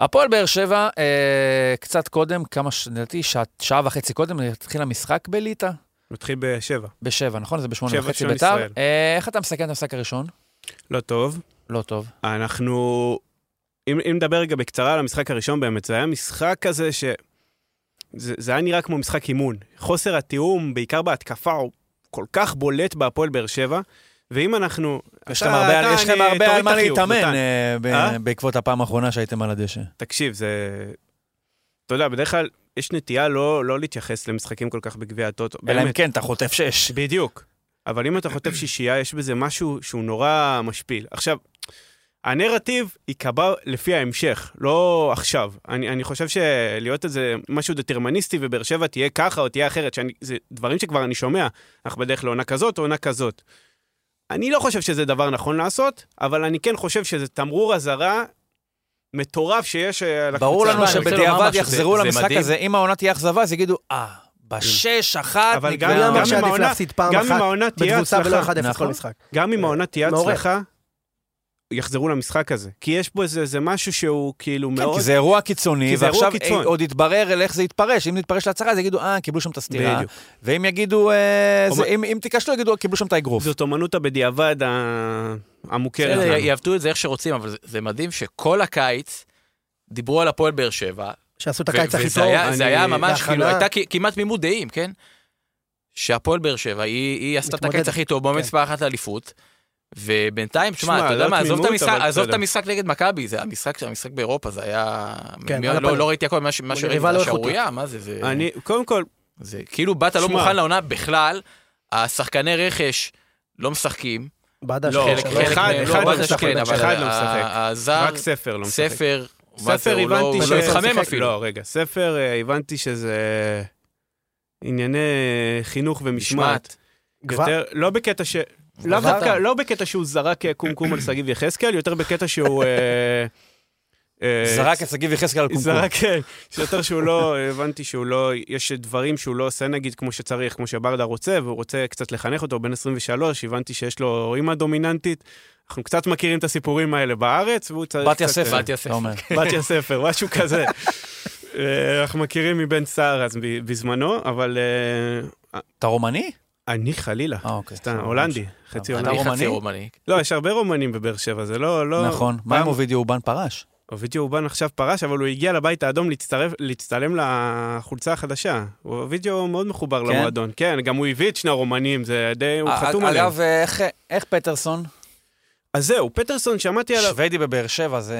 B: הפועל באר שבע, אה, קצת קודם, כמה, ש- לדעתי, שעה, שעה וחצי קודם, התחיל המשחק בליטא,
D: מתחיל בשבע.
B: בשבע, נכון? זה בשמונה
D: שבע,
B: וחצי
D: שון
B: ביתר.
D: ישראל.
B: אה, איך אתה מסכם את המשחק הראשון?
D: לא טוב.
B: לא טוב.
D: אנחנו... אם, אם נדבר רגע בקצרה על המשחק הראשון באמת, זה היה משחק כזה ש... זה, זה היה נראה כמו משחק אימון. חוסר התיאום, בעיקר בהתקפה, הוא כל כך בולט בהפועל באר שבע, ואם אנחנו...
B: יש
D: אתה-
B: לכם הרבה
D: אתה,
B: על- יש לכם
D: אני-
B: הרבה על
D: תוריד
B: מה
D: את החיוך,
B: להתאמן
D: מתן.
B: אה, ב-
D: אה?
B: בעקבות הפעם האחרונה שהייתם על הדשא.
D: תקשיב, זה... אתה יודע, בדרך כלל יש נטייה לא, לא להתייחס למשחקים כל כך בגביע הטוטו.
B: אלא אם
D: באמת.
B: כן, אתה חוטף שש.
D: בדיוק. אבל אם אתה חוטף שישייה, יש בזה משהו שהוא נורא משפיל. עכשיו, הנרטיב ייקבע לפי ההמשך, לא עכשיו. אני, אני חושב שלהיות איזה משהו דטרמיניסטי ובאר שבע תהיה ככה או תהיה אחרת, שאני, זה דברים שכבר אני שומע, אנחנו בדרך לעונה כזאת או עונה כזאת. אני לא חושב שזה דבר נכון לעשות, אבל אני כן חושב שזה תמרור אזהרה מטורף שיש אה, לקבוצה.
B: ברור לנו
C: אני רוצה לומר
B: שבדיעבד
C: משהו,
B: יחזרו
C: זה- זה
B: למשחק
C: מדהים.
B: הזה, אם העונה תהיה אכזבה, אז יגידו, אה, בשש, אחת,
D: אבל
B: נגמר."
D: גם-
E: אני אומר
D: אם
E: שעדיף
D: העונה-
E: להפסיד פעם
D: גם אם
E: אחת
D: העונה תהיה
E: בתבוצה ולא
D: הצלחה,
E: 1-0
B: נכון.
E: כל משחק.
D: גם אם העונה תהיה
E: מעורר.
D: הצלחה, יחזרו למשחק הזה. כי יש פה איזה, איזה משהו שהוא כאילו
B: כן,
D: מאוד...
B: כי זה אירוע קיצוני,
D: כי זה אירוע
B: ועכשיו
D: קיצון.
B: אה, עוד יתברר אל איך זה יתפרש. אם זה יתפרש להצהרה, אז יגידו, אה, קיבלו שם את הסטירה.
D: בדיוק.
B: ואם יגידו, אה, זה-
D: אומר-
B: אם אם תיכשלו, יגידו, "אה, קיבלו שם את האגרוף.
D: זאת אומנות הבדיעבד ה- המוכרת.
C: בסדר,
D: לנו.
C: יעבדו את זה איך שרוצים, אבל זה- זה מדהים שכל הקיץ דיברו על הפועל באר שבע,
E: שעשו את
C: ו-
E: הקיץ הכי
C: וזה
E: טוב.
C: היה- זה
D: אני-
C: היה ממש,
E: בהכנה.
C: כאילו, הייתה כ- כמעט תמימות דעים, כן? שהפועל באר שבע, היא היא עשתה את
E: מתמודדת.
C: הקיץ הכי טוב,
E: כן.
C: באמת מספר אחת אליפות, ובינתיים,
D: שמע,
C: שמע, אתה יודע
D: לא
C: מה, עזוב את
D: תמימות,
C: המשחק-
D: אבל
C: עזוב את
D: בסדר.
C: המשחק נגד מכבי, זה המשחק המשחק באירופה, זה היה...
E: כן,
C: מי-
E: על
C: לא-
E: הפנים.
C: לא ראיתי הכל, מה ש- מה
E: מול
C: שראיתי,
E: יריבה
C: זה
E: לא
C: שערורייה, מה זה, זה...
D: אני, קודם כל,
C: זה כאילו באת לא
D: שמע.
C: מוכן לעונה בכלל, השחקני רכש לא משחקים,
E: בדש,
D: לא,
C: חלק
E: שלוש.
D: לא,
C: חלק
D: אחד-
C: מהם,
D: אחד
C: לא,
D: לא
C: בדש,
D: משחק,
C: כן, אבל
D: אחד לא
C: ה-
D: משחק.
C: ה- הזר,
D: רק ספר לא משחק.
C: ספר, מה זה,
D: ספר
C: הוא לא-
D: הבנתי
C: הוא
D: ש...
C: לא התחמם
D: שיחק-
C: אפילו.
D: לא, רגע. ספר אה, הבנתי שזה ענייני חינוך ומשמעת.
E: גבע-
D: יותר, לא בקטע ש... לאו
C: גבע-
D: דווקא, לא בקטע שהוא זרק אה, קומקום על שגיב יחזקאל, יותר בקטע שהוא... אה, אה,
B: זרק את שגיב יחזקאל על קומקום.
D: זרק, כן. שיותר שהוא לא, הבנתי שהוא לא, יש דברים שהוא לא עושה נגיד כמו שצריך, כמו שברדה רוצה, והוא רוצה קצת לחנך אותו, בן 23, הבנתי שיש לו אימא דומיננטית. אנחנו קצת מכירים את הסיפורים האלה בארץ, והוא צריך...
B: בת
D: קצת- אה,
B: יוסף.
C: בת יוסף.
B: אתה אומר.
D: בת יוספר, משהו כזה. אה, אנחנו מכירים מבן סער אז ב- בזמנו, אבל אה,
B: אתה רומני?
D: אני חלילה.
B: אה, אוקיי.
D: סתם, הולנדי, חצי
B: אתה
C: אני
D: הולנדי.
C: חצי
B: רומני?
C: רומני.
D: לא, יש הרבה רומנים בבאר שבע, זה לא... לא-
B: נכון. מה
D: פעם-
B: עם אובידיו אובן פרש?
D: אובידיו אובן עכשיו פרש, אבל הוא הגיע לבית האדום להצטרף, להצטלם לחולצה החדשה. הוא- אובידיו מאוד מחובר
B: כן?
D: למועדון. כן, גם הוא הביא את שני הרומנים, זה די, הוא
B: אה,
D: חתום עליהם.
B: אגב, איך- איך פטרסון?
D: אז זהו, פטרסון, שמעתי עליו.
B: שוודי בבאר שבע זה...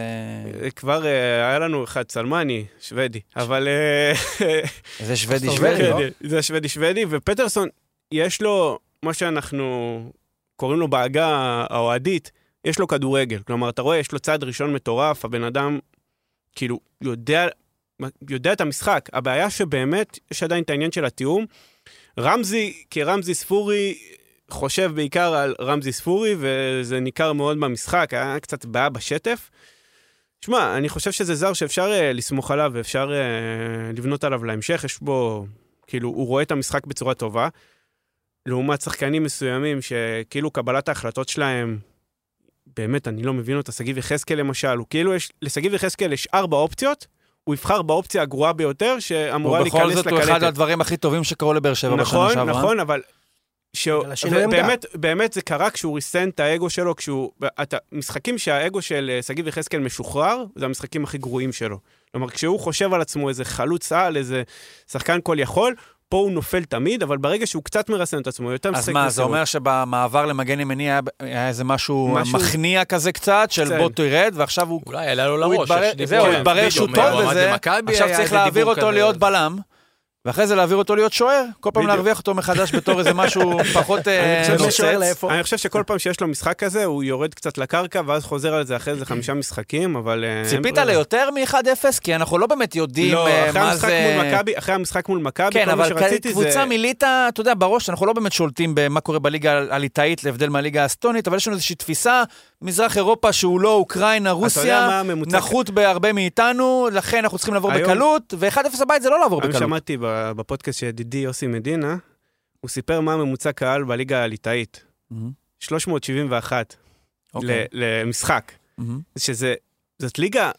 D: אה, כבר אה, היה לנו אחד, סלמני, שוודי. אבל... אה,
B: זה שוודי
E: סטובי,
B: שוודי,
D: כן,
B: לא?
D: זה שוודי שוודי, ופטרסון, יש לו מה שאנחנו קוראים לו בעגה האוהדית, יש לו כדורגל. כלומר, אתה רואה, יש לו צעד ראשון מטורף, הבן אדם כאילו יודע, יודע את המשחק. הבעיה שבאמת, יש עדיין את העניין של התיאום. רמזי, כרמזי ספורי, חושב בעיקר על רמזי ספורי, וזה ניכר מאוד במשחק, היה קצת בעיה בשטף. שמע, אני חושב שזה זר שאפשר אה, לסמוך עליו ואפשר אה, לבנות עליו להמשך, יש בו, כאילו, הוא רואה את המשחק בצורה טובה, לעומת שחקנים מסוימים שכאילו קבלת ההחלטות שלהם, באמת, אני לא מבין אותה, שגיב יחזקאל למשל, הוא כאילו, יש, לשגיב יחזקאל יש ארבע אופציות, הוא יבחר באופציה הגרועה ביותר, שאמורה
B: הוא
D: להיכנס
B: בכל
D: לקלטת.
B: זאת הוא אחד הדברים הכי טובים שקרו לבאר שבע בשנה
D: נכון,
B: שעברה.
D: נכון, אבל... ש...
E: בגלל השינוי עמדה.
D: באמת, באמת זה קרה כשהוא ריסן את האגו שלו, כשהוא... אתה... משחקים שהאגו של אה, שגיב יחזקאל משוחרר, זה המשחקים הכי גרועים שלו. כלומר, כשהוא חושב על עצמו איזה חלוץ על, איזה שחקן כל יכול, פה הוא נופל תמיד, אבל ברגע שהוא קצת מרסן את עצמו, יותר
B: אז
D: משחק...
B: מה, זה
D: מסירות.
B: אומר שבמעבר למגן ימיני היה- היה איזה משהו
D: משהו- כן.
B: מכניע כזה קצת, של
D: קצת.
B: בוא תרד, ועכשיו הוא...
C: אולי עלה לו
B: הוא
C: לראש.
B: התברר-
C: יש דיבור
B: זהו,
C: על-
D: כן,
B: התברר
C: בדיוק,
B: שהוא
C: הוא
B: טוב
C: מועמד
B: בזה,
C: למכבי,
B: עכשיו
C: היה
B: צריך
C: איזה
B: להעביר
C: דיבור
B: אותו
C: כזה.
B: להיות בלם, ואחרי זה להעביר אותו להיות שוער, כל פעם
D: בדיוק.
B: להרוויח אותו מחדש בתור איזה משהו פחות אה,
D: חושב
E: שוער
B: נוצץ.
E: לאיפה?
D: אני חושב שכל פעם שיש לו משחק כזה, הוא יורד קצת לקרקע, ואז חוזר על זה אחרי איזה חמישה משחקים, אבל... אה, אין
B: ציפית
D: ברירה.
B: ליותר מ-1-0? כי אנחנו לא באמת יודעים
D: לא,
B: אה,
D: אחרי
B: מה
D: המשחק מול
B: זה...
D: מכבי, אחרי המשחק מול מכבי,
B: כן,
D: כל מה
B: אבל
D: שרציתי זה...
B: קבוצה מליטא, אתה יודע, בראש אנחנו לא באמת שולטים במה קורה בליגה ה- הליטאית, להבדל מהליגה האסטונית, אבל יש לנו איזושהי תפיסה, מזרח אירופה שהוא לא אוקראינה,
D: מה
B: רוסיה,
D: הממוצע-
B: נחות בהרבה מאיתנו, לכן אנחנו צריכים לעבור
D: היום-
B: בקלות, ו-1-0 הבית זה לא לעבור
D: היום
B: בקלות.
D: שמעתי ב- בפודקאסט של ידידי יוסי מדינה, הוא סיפר מה ממוצע קהל בליגה הליטאית.
B: מהמם.
D: 371
B: אוקיי.
D: ל- למשחק.
B: מהמם.
D: שזה, זאת ליגה,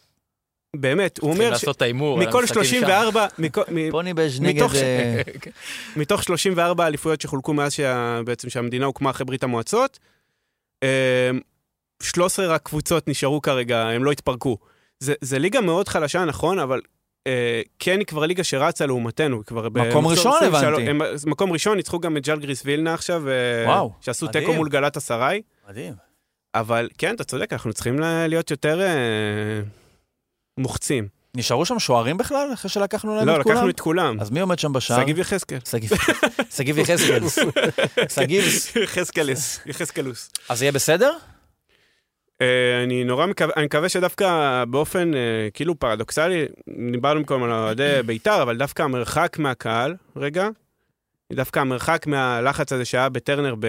D: באמת, הוא
C: צריכים
D: אומר, ש-
C: לעשות את ההימור. על
D: מכל
C: המשחקים
D: 34, מכל- מ-
B: פוניבז' נגד...
D: מתוך ש- כן.
B: אה,
D: מתוך 34 אליפויות שחולקו מאז שה- בעצם שהמדינה הוקמה אחרי ברית המועצות, אמ, 13 רק קבוצות נשארו כרגע, הם לא התפרקו. זה, זה ליגה מאוד חלשה, נכון, אבל אה, כן היא כבר ליגה שרצה לעומתנו, היא כבר... במחזור
B: ראשון
D: 23
B: הבנתי.
D: הם, מקום ראשון, ניצחו גם את ג'לגריס וילנה עכשיו, אה,
B: וואו,
D: שעשו
B: מדהים.
D: תיקו מול גלת אסריי,
B: מדהים.
D: אבל כן, אתה צודק, אנחנו צריכים ל- להיות יותר אה, מוחצים.
B: נשארו שם שוערים בכלל, אחרי שלקחנו להם
D: לא,
B: את כולם?
D: לקחנו את כולם.
B: אז מי עומד שם בשער?
D: שגיב יחזקאל.
B: שגיב- שגיב יחזקאלס. שגיב,
D: יחזקאלס, יחזקאלוס.
B: אז יהיה בסדר?
D: אה, אני נורא מקווה, אני מקווה שדווקא באופן אה, כאילו פרדוקסלי, דיברנו קודם על אוהדי בית"ר, אבל דווקא המרחק מהקהל, רגע, דווקא המרחק מהלחץ הזה שהיה בטרנר ב,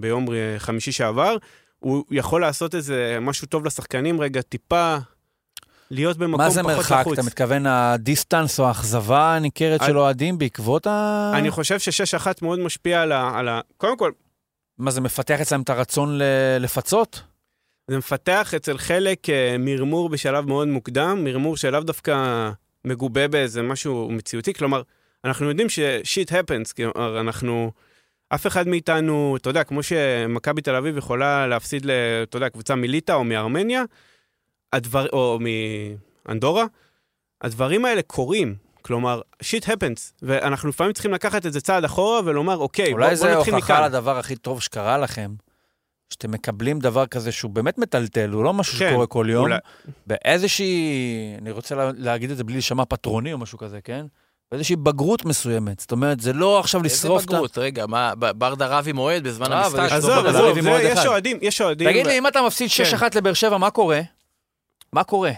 D: ביום אה, חמישי שעבר, הוא יכול לעשות איזה משהו טוב לשחקנים, רגע, טיפה להיות במקום
B: מה
D: פחות
B: זה
D: לחוץ.
B: מרחק? אתה מתכוון הדיסטנס או האכזבה הניכרת
D: אני-
B: של אוהדים בעקבות ה...
D: אני חושב ששש אחת מאוד משפיע על ה... על ה... קודם כל,
B: מה זה מפתח אצלם את הרצון ל- לפצות?
D: זה מפתח אצל חלק אה, מרמור בשלב מאוד מוקדם, מרמור שלאו דווקא מגובה באיזה משהו מציאותי, כלומר, אנחנו יודעים ש-shit happens, כלומר, אנחנו... אף אחד מאיתנו, אתה יודע, כמו שמכבי תל אביב יכולה להפסיד, ל- אתה יודע, קבוצה מליטא או מארמניה, הדבר, או מאנדורה, הדברים האלה קורים. כלומר, shit happens, ואנחנו לפעמים צריכים לקחת את זה צעד אחורה ולומר, אוקיי, בוא,
B: אולי
D: בוא
B: זה
D: נתחיל מכאן.
B: הוכחה לדבר הכי טוב שקרה לכם, שאתם מקבלים דבר כזה שהוא באמת מטלטל, הוא לא משהו
D: כן,
B: שקורה כל יום,
D: אולי-
B: באיזושהי, אני רוצה לה- להגיד את זה בלי להישמע פטרוני או משהו כזה, כן? באיזושהי בגרות מסוימת. זאת אומרת, זה לא עכשיו
C: איזה
B: לשרוף את ה...
C: בגרות, רגע, מה, ב- ברדה רב עם אוהד בזמן
D: לא,
B: אה, אבל
C: המשחק? לא,
B: יש לו
D: עזוב,
B: אבל
D: עזוב,
B: עם
D: זה-
B: אוהד
D: יש
B: אחד.
D: אוהדים, יש אוהדים.
B: תגיד לי, אם אתה מפסיד
D: כן.
B: 6-1 לבאר שבע, מה קורה? מה קורה?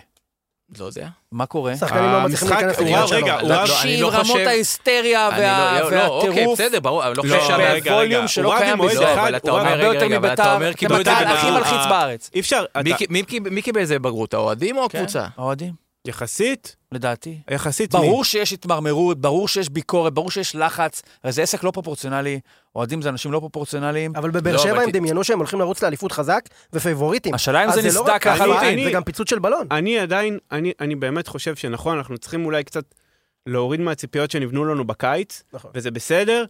C: לא יודע.
B: מה קורה?
E: שחקנים לא מצליחים
D: המשחק-
E: להיכנס
D: הוא
E: לגול
D: רב,
E: שלו.
D: רגע, הוא
C: לא,
D: רב-
C: לא, אני
B: תקשיב,
C: לא
B: רמות
C: חושב...
B: ההיסטריה
C: אני
B: וה-
C: לא- לא, אוקיי,
B: והטירוף.
C: בסדר, ברור, אבל לא
D: לא,
C: חושב
B: עכשיו,
D: רגע, רגע.
B: ווליום שלא
D: הוא רב
B: קיים
D: עם אוהד
B: בישראל.
C: לא,
D: אחד,
C: אבל אתה
D: הוא רב-
C: אומר,
B: הרבה
C: רגע,
B: יותר
C: רגע, אבל אתה
B: מביתר,
C: אומר, קיבלו את זה
B: כמטל
D: בגלל
B: הכי
D: ה-
B: מלחיץ בארץ.
D: אי אפשר, אתה-
C: מי- מי קיב- מי קיבל איזה בגרות, האוהדים
D: כן.
C: או הקבוצה?
B: כן. האוהדים,
D: יחסית,
B: לדעתי.
D: יחסית מי?
B: ברור שיש התמרמרות, ברור שיש ביקורת, ברור שיש לחץ. הרי זה עסק לא פרופורציונלי, אוהדים זה אנשים לא פרופורציונליים.
E: אבל בבאר
C: לא, אבל
E: שבע הם
C: ת-
E: דמיונו שהם הולכים לרוץ לאליפות חזק ופייבוריטים.
B: השאלה אם
E: אז
B: זה
E: לא
B: נסדק
E: רק קהל,
B: לחלוטין.
D: אני-
E: זה גם פיצוץ של בלון.
D: אני עדיין, אני, אני באמת חושב שנכון, אנחנו צריכים אולי קצת להוריד מהציפיות שנבנו לנו בקיץ,
E: נכון.
D: וזה בסדר,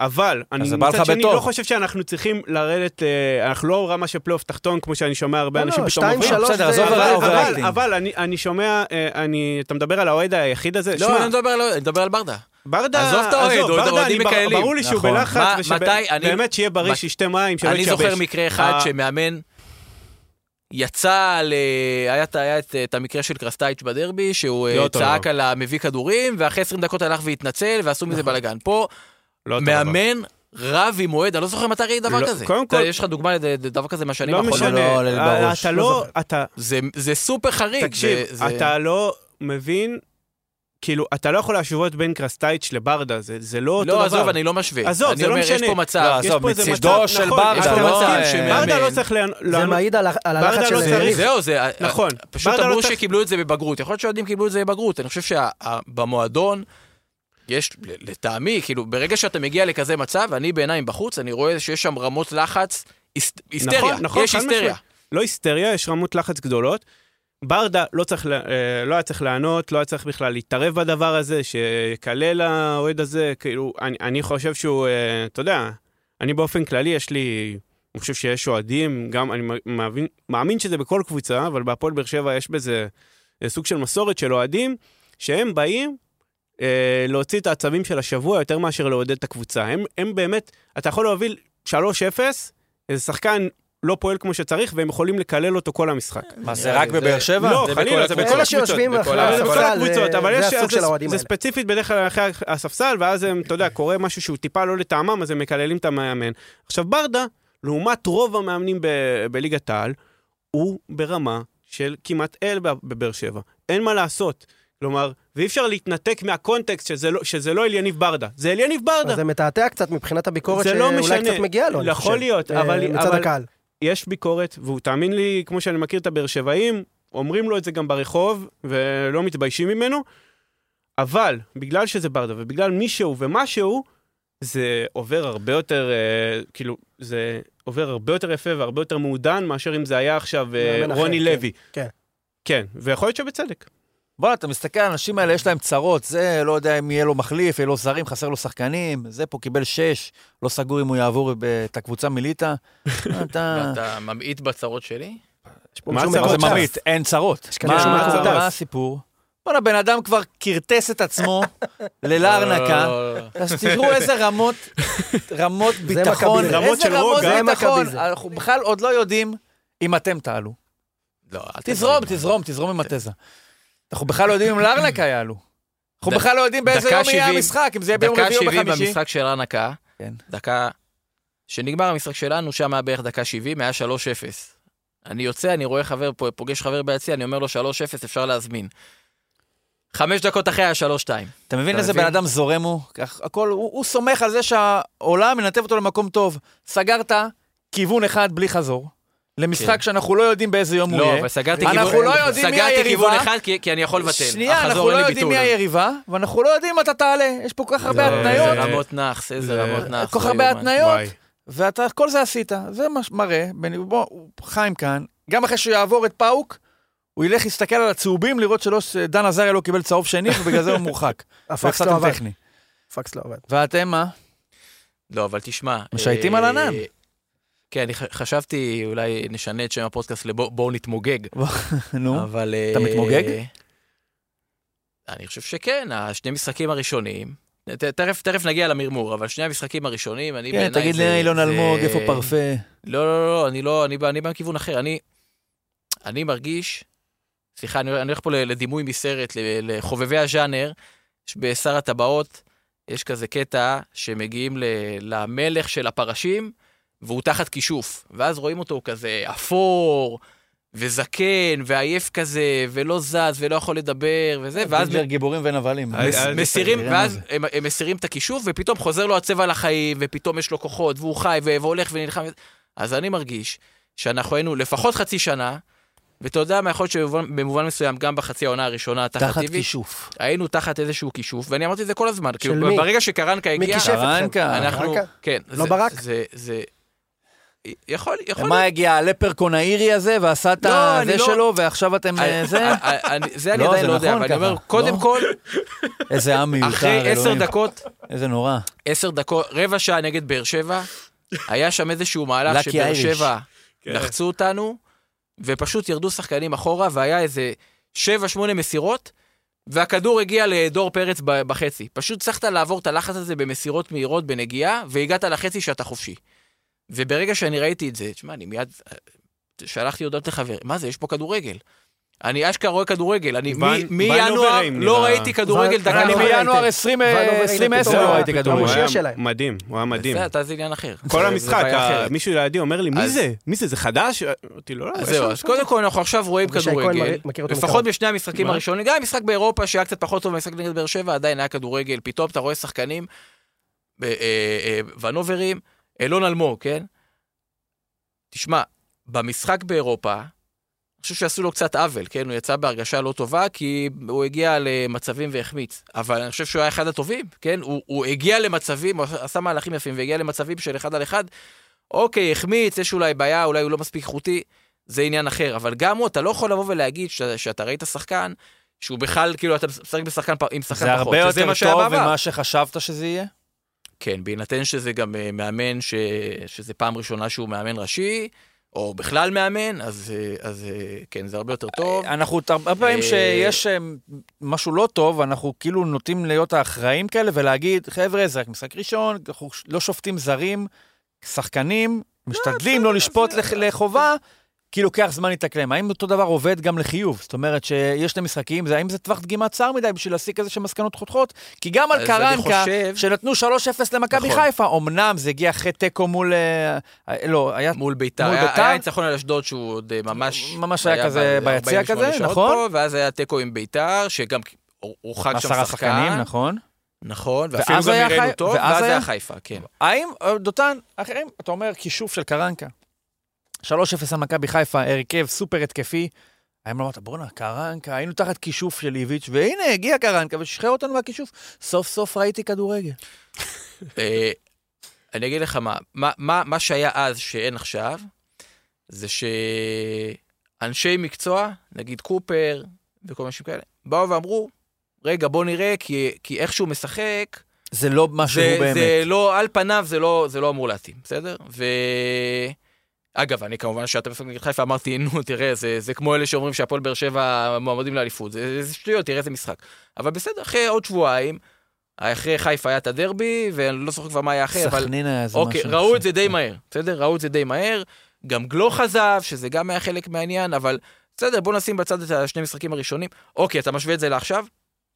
D: אבל אני
B: זה בא לך
D: מצד שני
B: בטוב.
D: לא חושב שאנחנו צריכים לרדת, אה, אנחנו לא רמה של פלייאוף תחתון, כמו שאני שומע הרבה
E: לא,
D: אנשים
E: לא,
D: פתאום
E: שתיים,
D: אומרים.
E: שלוש לא,
B: בסדר,
E: זה-
B: עזוב,
D: אבל,
B: אבל-
D: אבל,
B: אוברקטינג.
D: אבל אני, אני שומע, אה, אני, אתה מדבר על האוהד היחיד הזה?
C: לא,
D: שמע,
C: אני לא מדבר על אוהד, אני מדבר על ברדה.
D: ברדה,
C: עזוב את האוהד, אוהד-
D: ברדה,
C: אוהדים
D: אני בר-
C: מקהלים.
D: ברור לי שהוא
B: נכון.
D: בלחץ,
C: מה- מתי אני-
D: ושבאמת שיהיה בריא,
C: מת-
D: שישתה מים, שלא
C: אני
D: יתייבש.
C: זוכר מקרה אחד
D: כן, אה,
C: שמאמן יצא על... אה, היה את- היה את- את המקרה של קרסטייץ' בדרבי, שהוא אה,
D: לא אותו
C: צעק
D: דבר.
C: על המביא כדורים, ואחרי 20 דקות הלך והתנצל, ועשו מזה בלאגן. פה,
D: נכון. לא אותו דבר.
C: מאמן רב עם אוהד, אני לא זוכר מתי ראיתי דבר
D: לא,
C: כזה.
D: קודם
C: אתה-
D: כל-
C: יש לך דוגמה לדבר כזה מהשנים
D: לא
C: האחרונות?
D: משנה,
B: לא עולה לי בראש.
D: אתה
E: לא
D: לא,
E: זוכר.
D: אתה,
C: זה- זה סופר חריג.
D: תקשיב,
C: זה- זה-
D: אתה לא מבין, כאילו, אתה לא יכול להשוות בין קרסטייץ' לברדה, זה- זה לא אותו דבר.
C: לא, עזוב, אני לא משווה.
D: עזוב,
C: אני
D: זה לא
C: אומר,
D: משנה.
C: יש פה
B: לא,
C: מצב.
D: יש
B: עזוב,
D: פה איזה
B: מצידו
D: מצב,
B: של
D: נכון,
B: ברדה,
D: יש פה
B: לא,
D: מצב
B: אה,
D: שמאמן- ברדה לא
C: מאמן.
D: צריך לענות.
E: זה מעיד על ה- על
D: ברדה
E: הלחץ
D: לא
E: של
D: צריך-
E: יריב.
C: זהו, זה... אה,
D: נכון.
C: פשוט
D: ברדה לא
C: אמרו
D: צריך-
C: שקיבלו את זה בבגרות. יכול להיות שאוהדים קיבלו את זה בבגרות. אני חושב שבמועדון, יש, לטעמי, כאילו, ברגע שאתה מגיע לכזה מצב, אני בעיניים בחוץ, אני רואה שיש שם רמות לחץ, היס- היסטריה.
D: נכון, נכון,
C: יש
D: חד
C: היסטריה.
D: משמעית. לא היסטריה, יש רמות לחץ גדולות. ברדה לא, צריך, ל- אה, לא היה צריך לענות, לא היה צריך בכלל להתערב בדבר הזה, שיקלל האוהד הזה, כאילו, אני, אני חושב שהוא, אה, אתה יודע, אני באופן כללי, יש לי, אני חושב שיש אוהדים, גם אני מאמין, מאמין שזה בכל קבוצה, אבל בהפועל באר שבע יש בזה אה, סוג של מסורת של אוהדים, שהם באים אה, להוציא את העצבים של השבוע יותר מאשר לעודד את הקבוצה. הם, הם באמת, אתה יכול להוביל 3-0, איזה שחקן לא פועל כמו שצריך, והם יכולים לקלל אותו כל המשחק.
B: מה, זה
C: נראה
B: רק
C: לי,
B: בבאר
C: זה-
B: שבע?
D: לא, חלילה, זה בכל
E: אלה
D: הקבוצות.
E: שיושבים
D: בכל
E: אחרי
D: ה- זה בכל
E: הספסל,
D: הקבוצות,
E: זה-
D: אבל
E: זה
D: יש...
E: הסוג
D: זה-
E: של האוהדים
D: זה
E: האלה.
D: ספציפית בדרך כלל אחרי הספסל, ואז הם, אתה יודע, קורה משהו שהוא טיפה לא לטעמם, אז הם מקללים את המאמן. עכשיו, ברדה, לעומת רוב המאמנים ב- בליגת העל, הוא ברמה של כמעט אל בב- בבאר שבע. אין מה לעשות. כלומר, ואי אפשר להתנתק מהקונטקסט שזה לא, שזה לא אל יניב ברדה. זה אל יניב ברדה.
E: אז זה מתעתע קצת מבחינת הביקורת
D: זה לא
E: שאולי
D: משנה.
E: קצת מגיעה לו, אני
D: יכול
E: חושב.
D: להיות,
E: אה,
D: אבל-
E: מצד
D: אבל-
E: הקהל.
D: יש ביקורת, והוא, תאמין לי, כמו שאני מכיר את הבאר שבעים, אומרים לו את זה גם ברחוב, ולא מתביישים ממנו, אבל בגלל שזה ברדה, ובגלל מישהו ומה שהוא, זה עובר הרבה יותר, אה, כאילו, זה עובר הרבה יותר יפה והרבה יותר מעודן מאשר אם זה היה עכשיו אה,
E: מאמן אחר,
D: רוני
E: כן,
D: לוי.
E: כן.
D: כן, ויכול להיות שבצדק.
B: בוא'נה, אתה מסתכל, האנשים האלה, יש להם צרות, זה, לא יודע אם יהיה לו מחליף, יהיה לו זרים, חסר לו שחקנים, זה פה קיבל שש, לא סגור אם הוא יעבור ב- את הקבוצה מליטא. אתה...
C: ואתה ממעיט בצרות שלי?
D: מה
E: משהו
B: מה זה
D: הצרות
E: מקוטב.
B: ממעיט? אין צרות.
E: יש כאן
B: מה
E: משהו
D: מקוטב.
B: מה הסיפור? בוא'נה, בן אדם כבר כרטס את עצמו
C: לא,
B: ללארנקה.
C: לא, לא, לא.
B: אז תראו איזה רמות, רמות ביטחון,
E: מכבי זה.
D: רמות
B: איזה
D: של
B: רמות
D: רוגע.
E: זה
B: ביטחון.
E: מכבי זה.
B: אנחנו בכלל עוד לא יודעים אם אתם תעלו.
C: לא, אל תדאג.
B: תזרום, תזרום, תזרום עם התזה. אנחנו בכלל לא יודעים אם לארנקה יעלו. אנחנו בכלל לא יודעים באיזה
C: דקה
B: יום יהיה
C: 70,
B: המשחק, אם זה יהיה אה, ביום
C: דקה
B: רביעי או
C: 70
B: בחמישי.
C: במשחק של הנקה,
B: כן.
C: דקה שנגמר המשחק שלנו, שם היה בערך דקה 70, היה 3-0. אני יוצא, אני רואה חבר פה, פוגש חבר ביציע, אני אומר לו 3-0, אפשר להזמין. חמש דקות אחרי היה 3-2.
B: אתה מבין
C: אתה
B: איזה בן
C: מבין?
B: אדם זורם הוא? כך, הכל, הוא הוא סומך על זה שהעולם מנתב אותו למקום טוב. סגרת כיוון אחד בלי חזור, למשחק
C: כן.
B: שאנחנו לא יודעים באיזה יום הוא
C: לא,
B: יהיה.
C: אבל סגרתי
B: אנחנו
C: כיוון-
B: לא יודעים מי
C: סגרתי כיוון
B: היריבה.
C: אחד כי- כי אני יכול לבטל.
B: שנייה,
C: החזור
B: אנחנו לא
C: אין לי
B: יודעים מי
C: ביטול.
B: היריבה, ואנחנו לא יודעים אם אתה תעלה. יש פה כל כך הרבה
C: לא,
B: התניות,
C: איזה רמות נאחס, איזה
D: זה-
C: רמות נאחס.
B: כל כך
C: לא
B: הרבה
C: יאומן.
B: התניות,
D: וואי.
B: ואתה, כל זה עשית. זה מה שמראה, בנ- בוא, הוא- חיים כאן, גם אחרי שהוא יעבור את פאוק, הוא ילך להסתכל על הצהובים, לראות שלא, שדן עזריה לא קיבל צהוב שני, ובגלל זה הוא מורחק.
E: הפקס לא
B: והפסדתם
E: עבד.
B: טכני.
E: הפקס לא עבד.
B: ואתם מה?
C: לא, אבל תשמע.
B: משייטים
C: אה,
B: על ענן.
C: כן, אני ח- חשבתי אולי נשנה את שם הפודקאסט לבוא- בואו נתמוגג.
B: נו.
C: אבל...
B: אתה
C: אה,
B: מתמוגג?
C: אני חושב שכן, השני משחקים הראשונים. ת- תכף, תכף נגיע למרמור, אבל שני המשחקים הראשונים, אני
B: כן,
C: בעיניי
B: תגיד
C: זה-
B: לי, אילון
C: זה-
B: אלמוג, איפה פרפה?
C: לא, לא, לא, אני לא, אני, בא- אני בכיוון אחר. אני, אני מרגיש, סליחה, אני, אני הולך פה ל- לדימוי מסרט, ל- לחובבי הז'אנר, יש בשר הטבעות, יש כזה קטע שמגיעים ל, למלך של הפרשים, והוא תחת כישוף. ואז רואים אותו הוא כזה אפור, וזקן, ועייף כזה, ולא זז, ולא יכול לדבר, וזה, ואז...
B: ג'ינג'ר גיבורים ונבלים.
D: אה, אה,
C: מסירים,
B: נראה מה
C: ואז
B: זה.
C: הם, הם מסירים את הכישוף, ופתאום חוזר לו הצבע לחיים, ופתאום יש לו כוחות, והוא חי, ו- והולך ונלחם. אז אני מרגיש שאנחנו היינו לפחות חצי שנה, ואתה יודע מה יכול להיות שבמובן במובן מסוים, גם בחצי העונה הראשונה, תחת
B: תחת
C: טיבי,
B: כישוף.
C: היינו תחת איזשהו כישוף, ואני אמרתי את זה כל הזמן. כאילו,
E: מי?
C: ברגע שקרנקה
E: מי
C: הגיע,
E: כישף אתכם?
B: ארנקה.
C: אנחנו...
E: קרנקה?
C: כן.
E: לא
C: זה-
E: ברק?
C: זה... זה... יכול, יכול
B: מה הגיע, הלפרקון האירי הזה, ועשה את
C: לא,
B: הזה
C: אני לא-
B: שלו, ועכשיו אתם אה, זה?
C: אה, אני- זה אני
B: לא,
C: עדיין
B: זה
C: לא יודע,
B: נכון
C: אבל אני אומר,
B: ככה,
C: קודם
B: לא?
C: כל,
B: איזה עם מיותר,
C: אחרי עשר
B: אלוהים.
C: דקות, אה,
B: איזה נורא.
C: עשר דקות, רבע שעה נגד באר שבע, היה שם איזשהו מהלך
B: Lucky
C: שבאר
B: Irish.
C: שבע
D: כן.
C: לחצו אותנו, ופשוט ירדו שחקנים אחורה, והיה איזה שבע, שמונה מסירות, והכדור הגיע לדור פרץ ב- בחצי. פשוט הצלחת לעבור את הלחץ הזה במסירות מהירות, בנגיעה, והגעת לחצי שאתה חופשי. וברגע שאני ראיתי את זה, תשמע, אני מיד אה, שלחתי הודעות לחבר, מה זה, יש פה כדורגל. אני אשכרה רואה כדורגל, אני
D: ון-
C: מ- מינואר
D: ונוברים
C: לא
D: נראה.
C: ראיתי כדורגל
E: ון-
C: דקה
B: אני
E: ונוברים.
C: אחת.
B: מינואר 20, אה, 2010
E: פתאום
B: לא
E: הוא-
B: ראיתי
E: פתאום
B: כדורגל.
E: הוא
D: היה
E: שיר שלהם.
D: מדהים, הוא היה מדהים.
C: בסדר, אתה- זה עניין אחר.
D: כל
C: זה-
D: המשחק,
C: זה בעיה
D: ה-
C: אחרת.
D: מישהו לידי אומר לי, מי
C: אז-
D: זה? מי זה, זה חדש? אמרתי לו, לא,
C: אז
D: יש
C: זהו,
D: שם-
C: אז קודם כל אנחנו עכשיו רואים
E: אבישי כהן
C: כדורגל,
E: מראה- מכיר אותו
C: לפחות
E: מקרוב.
C: בשני המשחקים
D: מה?
C: הראשונים, גם המשחק באירופה שהיה קצת פחות טוב מהמשחק נגד באר שבע, עדיין היה כדורגל, פתאום אתה רואה שחקנים, ב- אה, אה, ונוברים, אילון אלמוג, כן? תשמע, במשחק באירופה, אני חושב שעשו לו קצת עוול, כן? הוא יצא בהרגשה לא טובה, כי הוא הגיע למצבים והחמיץ. אבל אני חושב שהוא היה אחד הטובים, כן? הוא, הוא הגיע למצבים, הוא עשה מהלכים יפים, והגיע למצבים של אחד על אחד. אוקיי, החמיץ, יש אולי בעיה, אולי הוא לא מספיק איכותי, זה עניין אחר. אבל גם הוא, אתה לא יכול לבוא ולהגיד שאתה, שאתה ראית שחקן, שהוא בכלל, כאילו, אתה משחק בשחקן, פ- עם שחקן
B: זה
C: פחות.
B: הרבה
C: שזה מה
B: יותר
C: שהיה
B: טוב
C: בעבר.
B: ממה שחשבת שזה יהיה?
C: כן, בהינתן שזה גם אה, מאמן, ש... שזה פעם ראשונה שהוא מאמן ראשי, או בכלל מאמן, אז, אה, אז אה, כן, זה הרבה יותר טוב.
B: אנחנו, ת- הרבה פעמים
C: אה,
B: שיש אה, משהו לא טוב, אנחנו כאילו נוטים להיות האחראים כאלה ולהגיד, חבר'ה, זה רק משחק ראשון, אנחנו ש- לא שופטים זרים, שחקנים,
C: אה,
B: משתדלים לא לשפוט לח- לחובה, כי לוקח זמן להתאקלם. האם אותו דבר עובד גם לחיוב? זאת אומרת שיש שני משחקים, זה- האם זה טווח דגימה צר מדי בשביל להסיק איזה שהן מסקנות חותכות? כי גם על
C: אז אני
B: קרנקה,
C: חושב-
B: שנתנו 3-0 למכבי
C: נכון.
B: חיפה, אמנם זה הגיע אחרי תיקו מול... אה, אה, לא, היה...
C: מול ביתר,
B: מול
C: היה-
B: ביתר?
C: היה ניצחון על אשדוד שהוא עוד אה, ממש...
B: ממש היה כזה
C: ב-
B: ביציע
C: 48
B: כזה,
C: שעות
B: נכון?
C: פה, ואז היה תיקו עם ביתר, שגם הורחק שם
B: עשרה שחקנים,
C: שחקן.
B: נכון?
C: נכון, ואפילו
B: ואז
C: גם
B: היה
C: נראינו
B: חי-
C: טוב,
B: ואז
C: ואז
B: היה-
C: היה חיפה, כן.
B: האם, אה, דותן, אחרים, אתה אומר כישוף של קרנקה. 3-0 על מכבי חיפה, הרכב סופר התקפי. האם אמרת, בואנה, קרנקה, היינו תחת כישוף של איביץ', והנה, הגיע קרנקה ושחרר אותנו מהכישוף. סוף סוף ראיתי כדורגל.
C: אה, אני אגיד לך מה, מה, מה, מה שהיה אז שאין עכשיו, זה שאנשי מקצוע, נגיד קופר וכל מיני כאלה, באו ואמרו, רגע, בוא נראה, כי, כי איך שהוא משחק,
B: זה לא מה שהוא
C: זה,
B: באמת.
C: זה לא, על פניו זה לא, זה לא אמור להתאים, בסדר? ו... אגב, אני כמובן שאתה בסוף נגד חיפה אמרתי, נו, תראה, זה, זה כמו אלה שאומרים שהפועל באר שבע מועמדים לאליפות, זה, זה שטויות, תראה איזה משחק. אבל בסדר, אחרי עוד שבועיים, אחרי חיפה היה את הדרבי, ואני לא זוכר כבר מה היה אחרי, אבל...
B: סכנין היה איזה משהו. כן.
C: אוקיי, ראו את זה די מהר, בסדר? ראו את זה די מהר. גם גלוך עזב, שזה גם היה חלק מהעניין, אבל בסדר, בוא נשים בצד את השני משחקים הראשונים. אוקיי, אתה משווה את זה לעכשיו?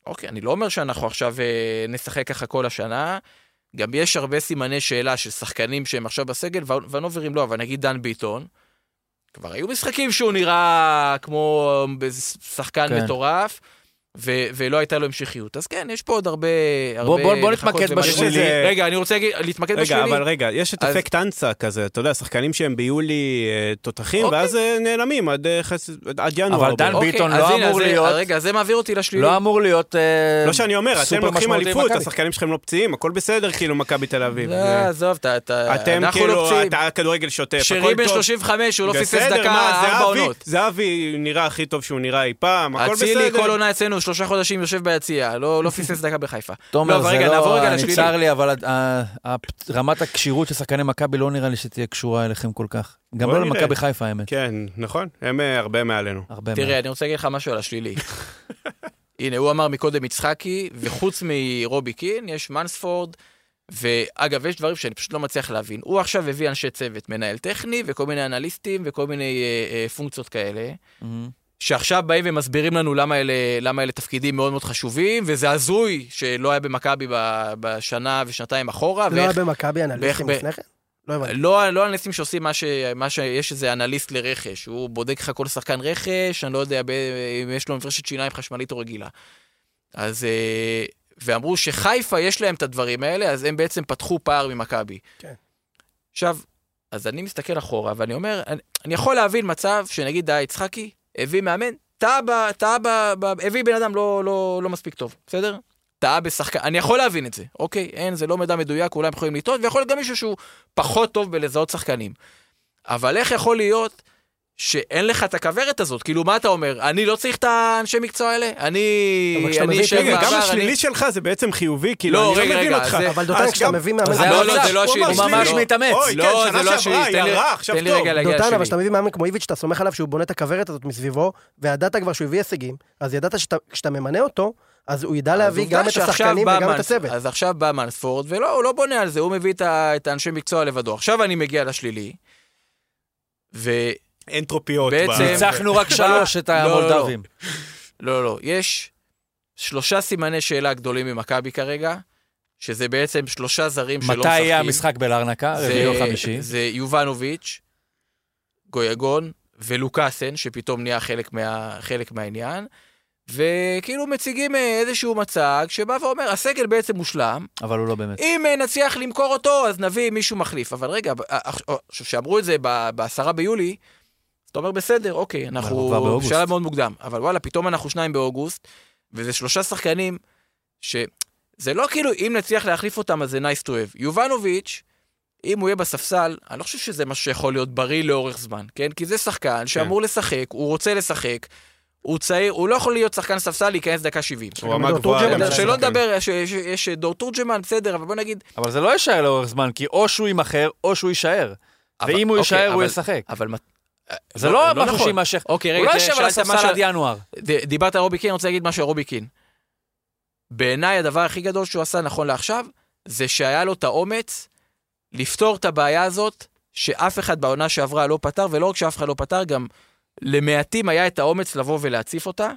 C: אוקיי, אני לא אומר שאנחנו עכשיו אה, נשחק ככה כל השנה. גם יש הרבה סימני שאלה של שחקנים שהם עכשיו בסגל, ו- ונוברים לא, אבל נגיד דן ביטון, כבר היו משחקים שהוא נראה כמו איזה שחקן
B: כן.
C: כן. מטורף, ו- ולא הייתה לו המשכיות. אז כן, יש פה עוד הרבה...
B: בוא-
C: הרבה
B: בוא- בוא
C: לחכות
B: נתמקד
C: ומה
B: בשלילי.
C: לראות. רגע, אני רוצה להגיד- להתמקד בשלילי.
D: רגע, אבל רגע, יש את
C: אז-
D: אפקט אנסה כזה, אתה יודע, שחקנים שהם ביולי אה, תותחים,
C: אוקיי.
D: ואז אה, נעלמים עד אה, חס- עד- עד ינואר.
B: אבל דן
D: בערך.
C: אוקיי,
B: ביטון
C: אז
B: לא
C: הנה,
B: אמור
C: אז זה-
B: להיות-
C: רגע, זה מעביר אותי לשלילי.
B: לא אמור להיות אה,
D: לא שאני אומר, אתם
B: סופר
D: לוקחים
B: משמעותי
D: אליפות,
B: למכבי.
D: השחקנים שלכם לא פציעים, הכל בסדר, כאילו, מכבי תל אביב.
C: לא,
D: אה,
C: עזוב, אתה- אתה...
D: אתם
C: אנחנו לא
D: כאילו,
C: פציעים.
D: אתה כדורגל שוטף, הכל טוב.
C: שרי בן 35, הוא לא פספס
D: בסדר,
C: דקה,
D: מה,
C: ארבע
D: זהבי-
C: עונות.
D: זהבי נראה הכי טוב שהוא נראה אי פעם, הכל בסדר.
C: אצילי כל עונה אצלנו, שלושה חודשים יושב ביציע, לא לא פספס דקה בחיפה.
B: תומר,
C: אבל
B: זה
C: רגע, נעבור
B: לא...
C: רגע
B: אני
C: לשלילי.
B: צר לי, אבל ה- ה- ה- רמת הכשירות של שחקני מכבי לא נראה לי שתהיה קשורה אליכם כל כך. גם
D: בוא
B: לא
D: נראה.
B: למכבי חיפה, האמת.
D: כן, נכון, הם אה, הרבה מעלינו.
B: הרבה
C: תראה,
B: מאוד.
C: אני רוצה להגיד לך משהו על השלילי. הנה, הוא אמר מקודם יצחקי, וחוץ מרובי קין, יש מנספורד, ואגב, יש דברים שאני פשוט לא מצליח להבין. הוא עכשיו הביא אנשי צוות, מנהל טכני, וכל מיני אנליסטים, וכל מיני אה, אה, פונקציות כאלה.
B: מהמם.
C: שעכשיו באים ומסבירים לנו למה אלה, למה אלה תפקידים מאוד מאוד חשובים, וזה הזוי שלא היה במכבי ב- בשנה ושנתיים אחורה.
E: לא היה במכבי אנליסטים
C: ואיך-
E: לפני כן? לא הבנתי.
C: לא, לא אנליסטים שעושים מה, ש, מה שיש איזה אנליסט לרכש, הוא בודק לך כל שחקן רכש, אני לא יודע ב, אם יש לו מברשת שיניים חשמלית או רגילה. אז, אה, ואמרו שחיפה יש להם את הדברים האלה, אז הם בעצם פתחו פער ממכבי.
E: כן.
C: עכשיו, אז אני מסתכל אחורה ואני אומר, אני, אני יכול להבין מצב שנגיד אה, יצחקי הביא מאמן, טעה, ב- טעה, ב- ב- הביא בן אדם לא, לא, לא מספיק טוב, בסדר? טעה בשחקן, אני יכול להבין את זה, אוקיי? אין, זה לא מידע מדויק, אולי הם יכולים לטעות, ויכול להיות גם מישהו שהוא פחות טוב בלזהות שחקנים. אבל איך יכול להיות שאין לך את הכוורת הזאת? כאילו, מה אתה אומר? אני לא צריך את האנשי מקצוע האלה? אני...
E: אבל כשאתה
C: אני
E: מביא-
C: אשב
D: רגע, גם
C: בעבר, אני-
D: השלילי שלך זה בעצם חיובי, כאילו,
C: לא,
D: אני
C: רגע,
D: לא מבין
C: רגע,
D: אותך.
C: זה-
E: אבל
D: אה,
E: דותן, כשאתה
D: גם-
E: מביא
B: זה
E: מאמן...
B: היה
E: אבל
B: לא,
C: זה לא
D: הוא
C: השני,
D: אמר
C: הוא
D: שלילי.
C: ממש
D: לא.
B: מתאמץ.
D: אוי,
C: לא,
D: כן,
C: זה
D: שנה
C: לא השני,
D: שעברה,
C: תן לי-
D: ירה, עכשיו
C: תן לי
D: טוב.
C: רגע להגיע
E: דותן,
C: לשני.
E: אבל כשאתה מביא מאמן כמו איביץ', שאתה סומך עליו שהוא בונה את הכוורת הזאת מסביבו, וידעת כבר שהוא הביא הישגים, אז ידעת שאתה- כשאתה ממנה אותו, אז הוא ידע
C: אז
E: להביא
C: עובדה
E: גם את
C: שעכשיו
E: השחקנים
C: בא
E: וגם את
C: מנס-
E: הצוות.
C: אז עכשיו בא מנספורד, ולא, הוא לא בונה על זה, הוא מביא את ה- את האנשי מקצוע לבדו. עכשיו אני מגיע לשלילי, ו...
D: אנטרופיות. ב-
C: בעצם-
B: ניצחנו רק שלוש את
C: לא, לא, לא.
B: המולדבים.
C: לא, לא, יש שלושה סימני שאלה גדולים ממכבי כרגע, שזה בעצם שלושה זרים שלא
B: מתי
C: משחקים.
B: יהיה המשחק באלרנקה?
C: זה-
B: רביעי או חמישי?
C: זה יובנוביץ', גויגון ולוקאסן, שפתאום נהיה חלק, מה, חלק מהעניין, וכאילו מציגים אה, איזשהו מצג שבא ואומר, הסגל בעצם מושלם,
B: אבל הוא לא באמת.
C: אם אה, נצליח למכור אותו, אז נביא מישהו מחליף. אבל רגע, ב- אה, עכשיו שאמרו את זה ב- בעשרה ביולי, אז אתה אומר, בסדר, אוקיי,
B: אנחנו כבר
C: אנחנו
B: באוגוסט.
C: בשלב מאוד מוקדם. אבל וואלה, פתאום אנחנו שניים באוגוסט, וזה שלושה שחקנים ש... זה לא כאילו, אם נצליח להחליף אותם, אז זה nice to have. יובנוביץ', אם הוא יהיה בספסל, אני לא חושב שזה משהו שיכול להיות בריא לאורך זמן, כן? כי זה שחקן
B: כן.
C: שאמור לשחק, הוא רוצה לשחק, הוא צעיר, הוא לא יכול להיות שחקן ספסל להיכנס דקה 70.
D: הוא רמה
E: דור
D: גבוהה.
E: תורג'מן,
D: כן.
E: זה
C: שלא נדבר, יש- יש- יש דור תורג'מן, בסדר, אבל בוא נגיד,
B: אבל זה לא יישאר לאורך זמן, כי או שהוא יימכר, או שהוא יישאר.
C: אבל-
B: ואם הוא
C: אוקיי,
B: יישאר, הוא
C: אבל-
B: ישחק.
C: אבל מת-
B: זה
C: לא-
B: לא
C: לא
B: משהו
C: נכון.
B: שיימשך.
C: אוקיי, רגע,
B: הוא לא
C: תראה,
B: יישב על
C: שאלת משהו-
B: הספסל עד ינואר.
C: ד- דיברת על רובי קין, אני רוצה להגיד משהו על רובי קין. בעיניי הדבר הכי גדול שהוא עשה נכון לעכשיו, זה שהיה לו את האומץ לפתור את הבעיה הזאת, שאף אחד בעונה שעברה לא פתר, ולא רק שאף אחד לא פתר, גם למעטים היה את האומץ לבוא ולהציף אותה.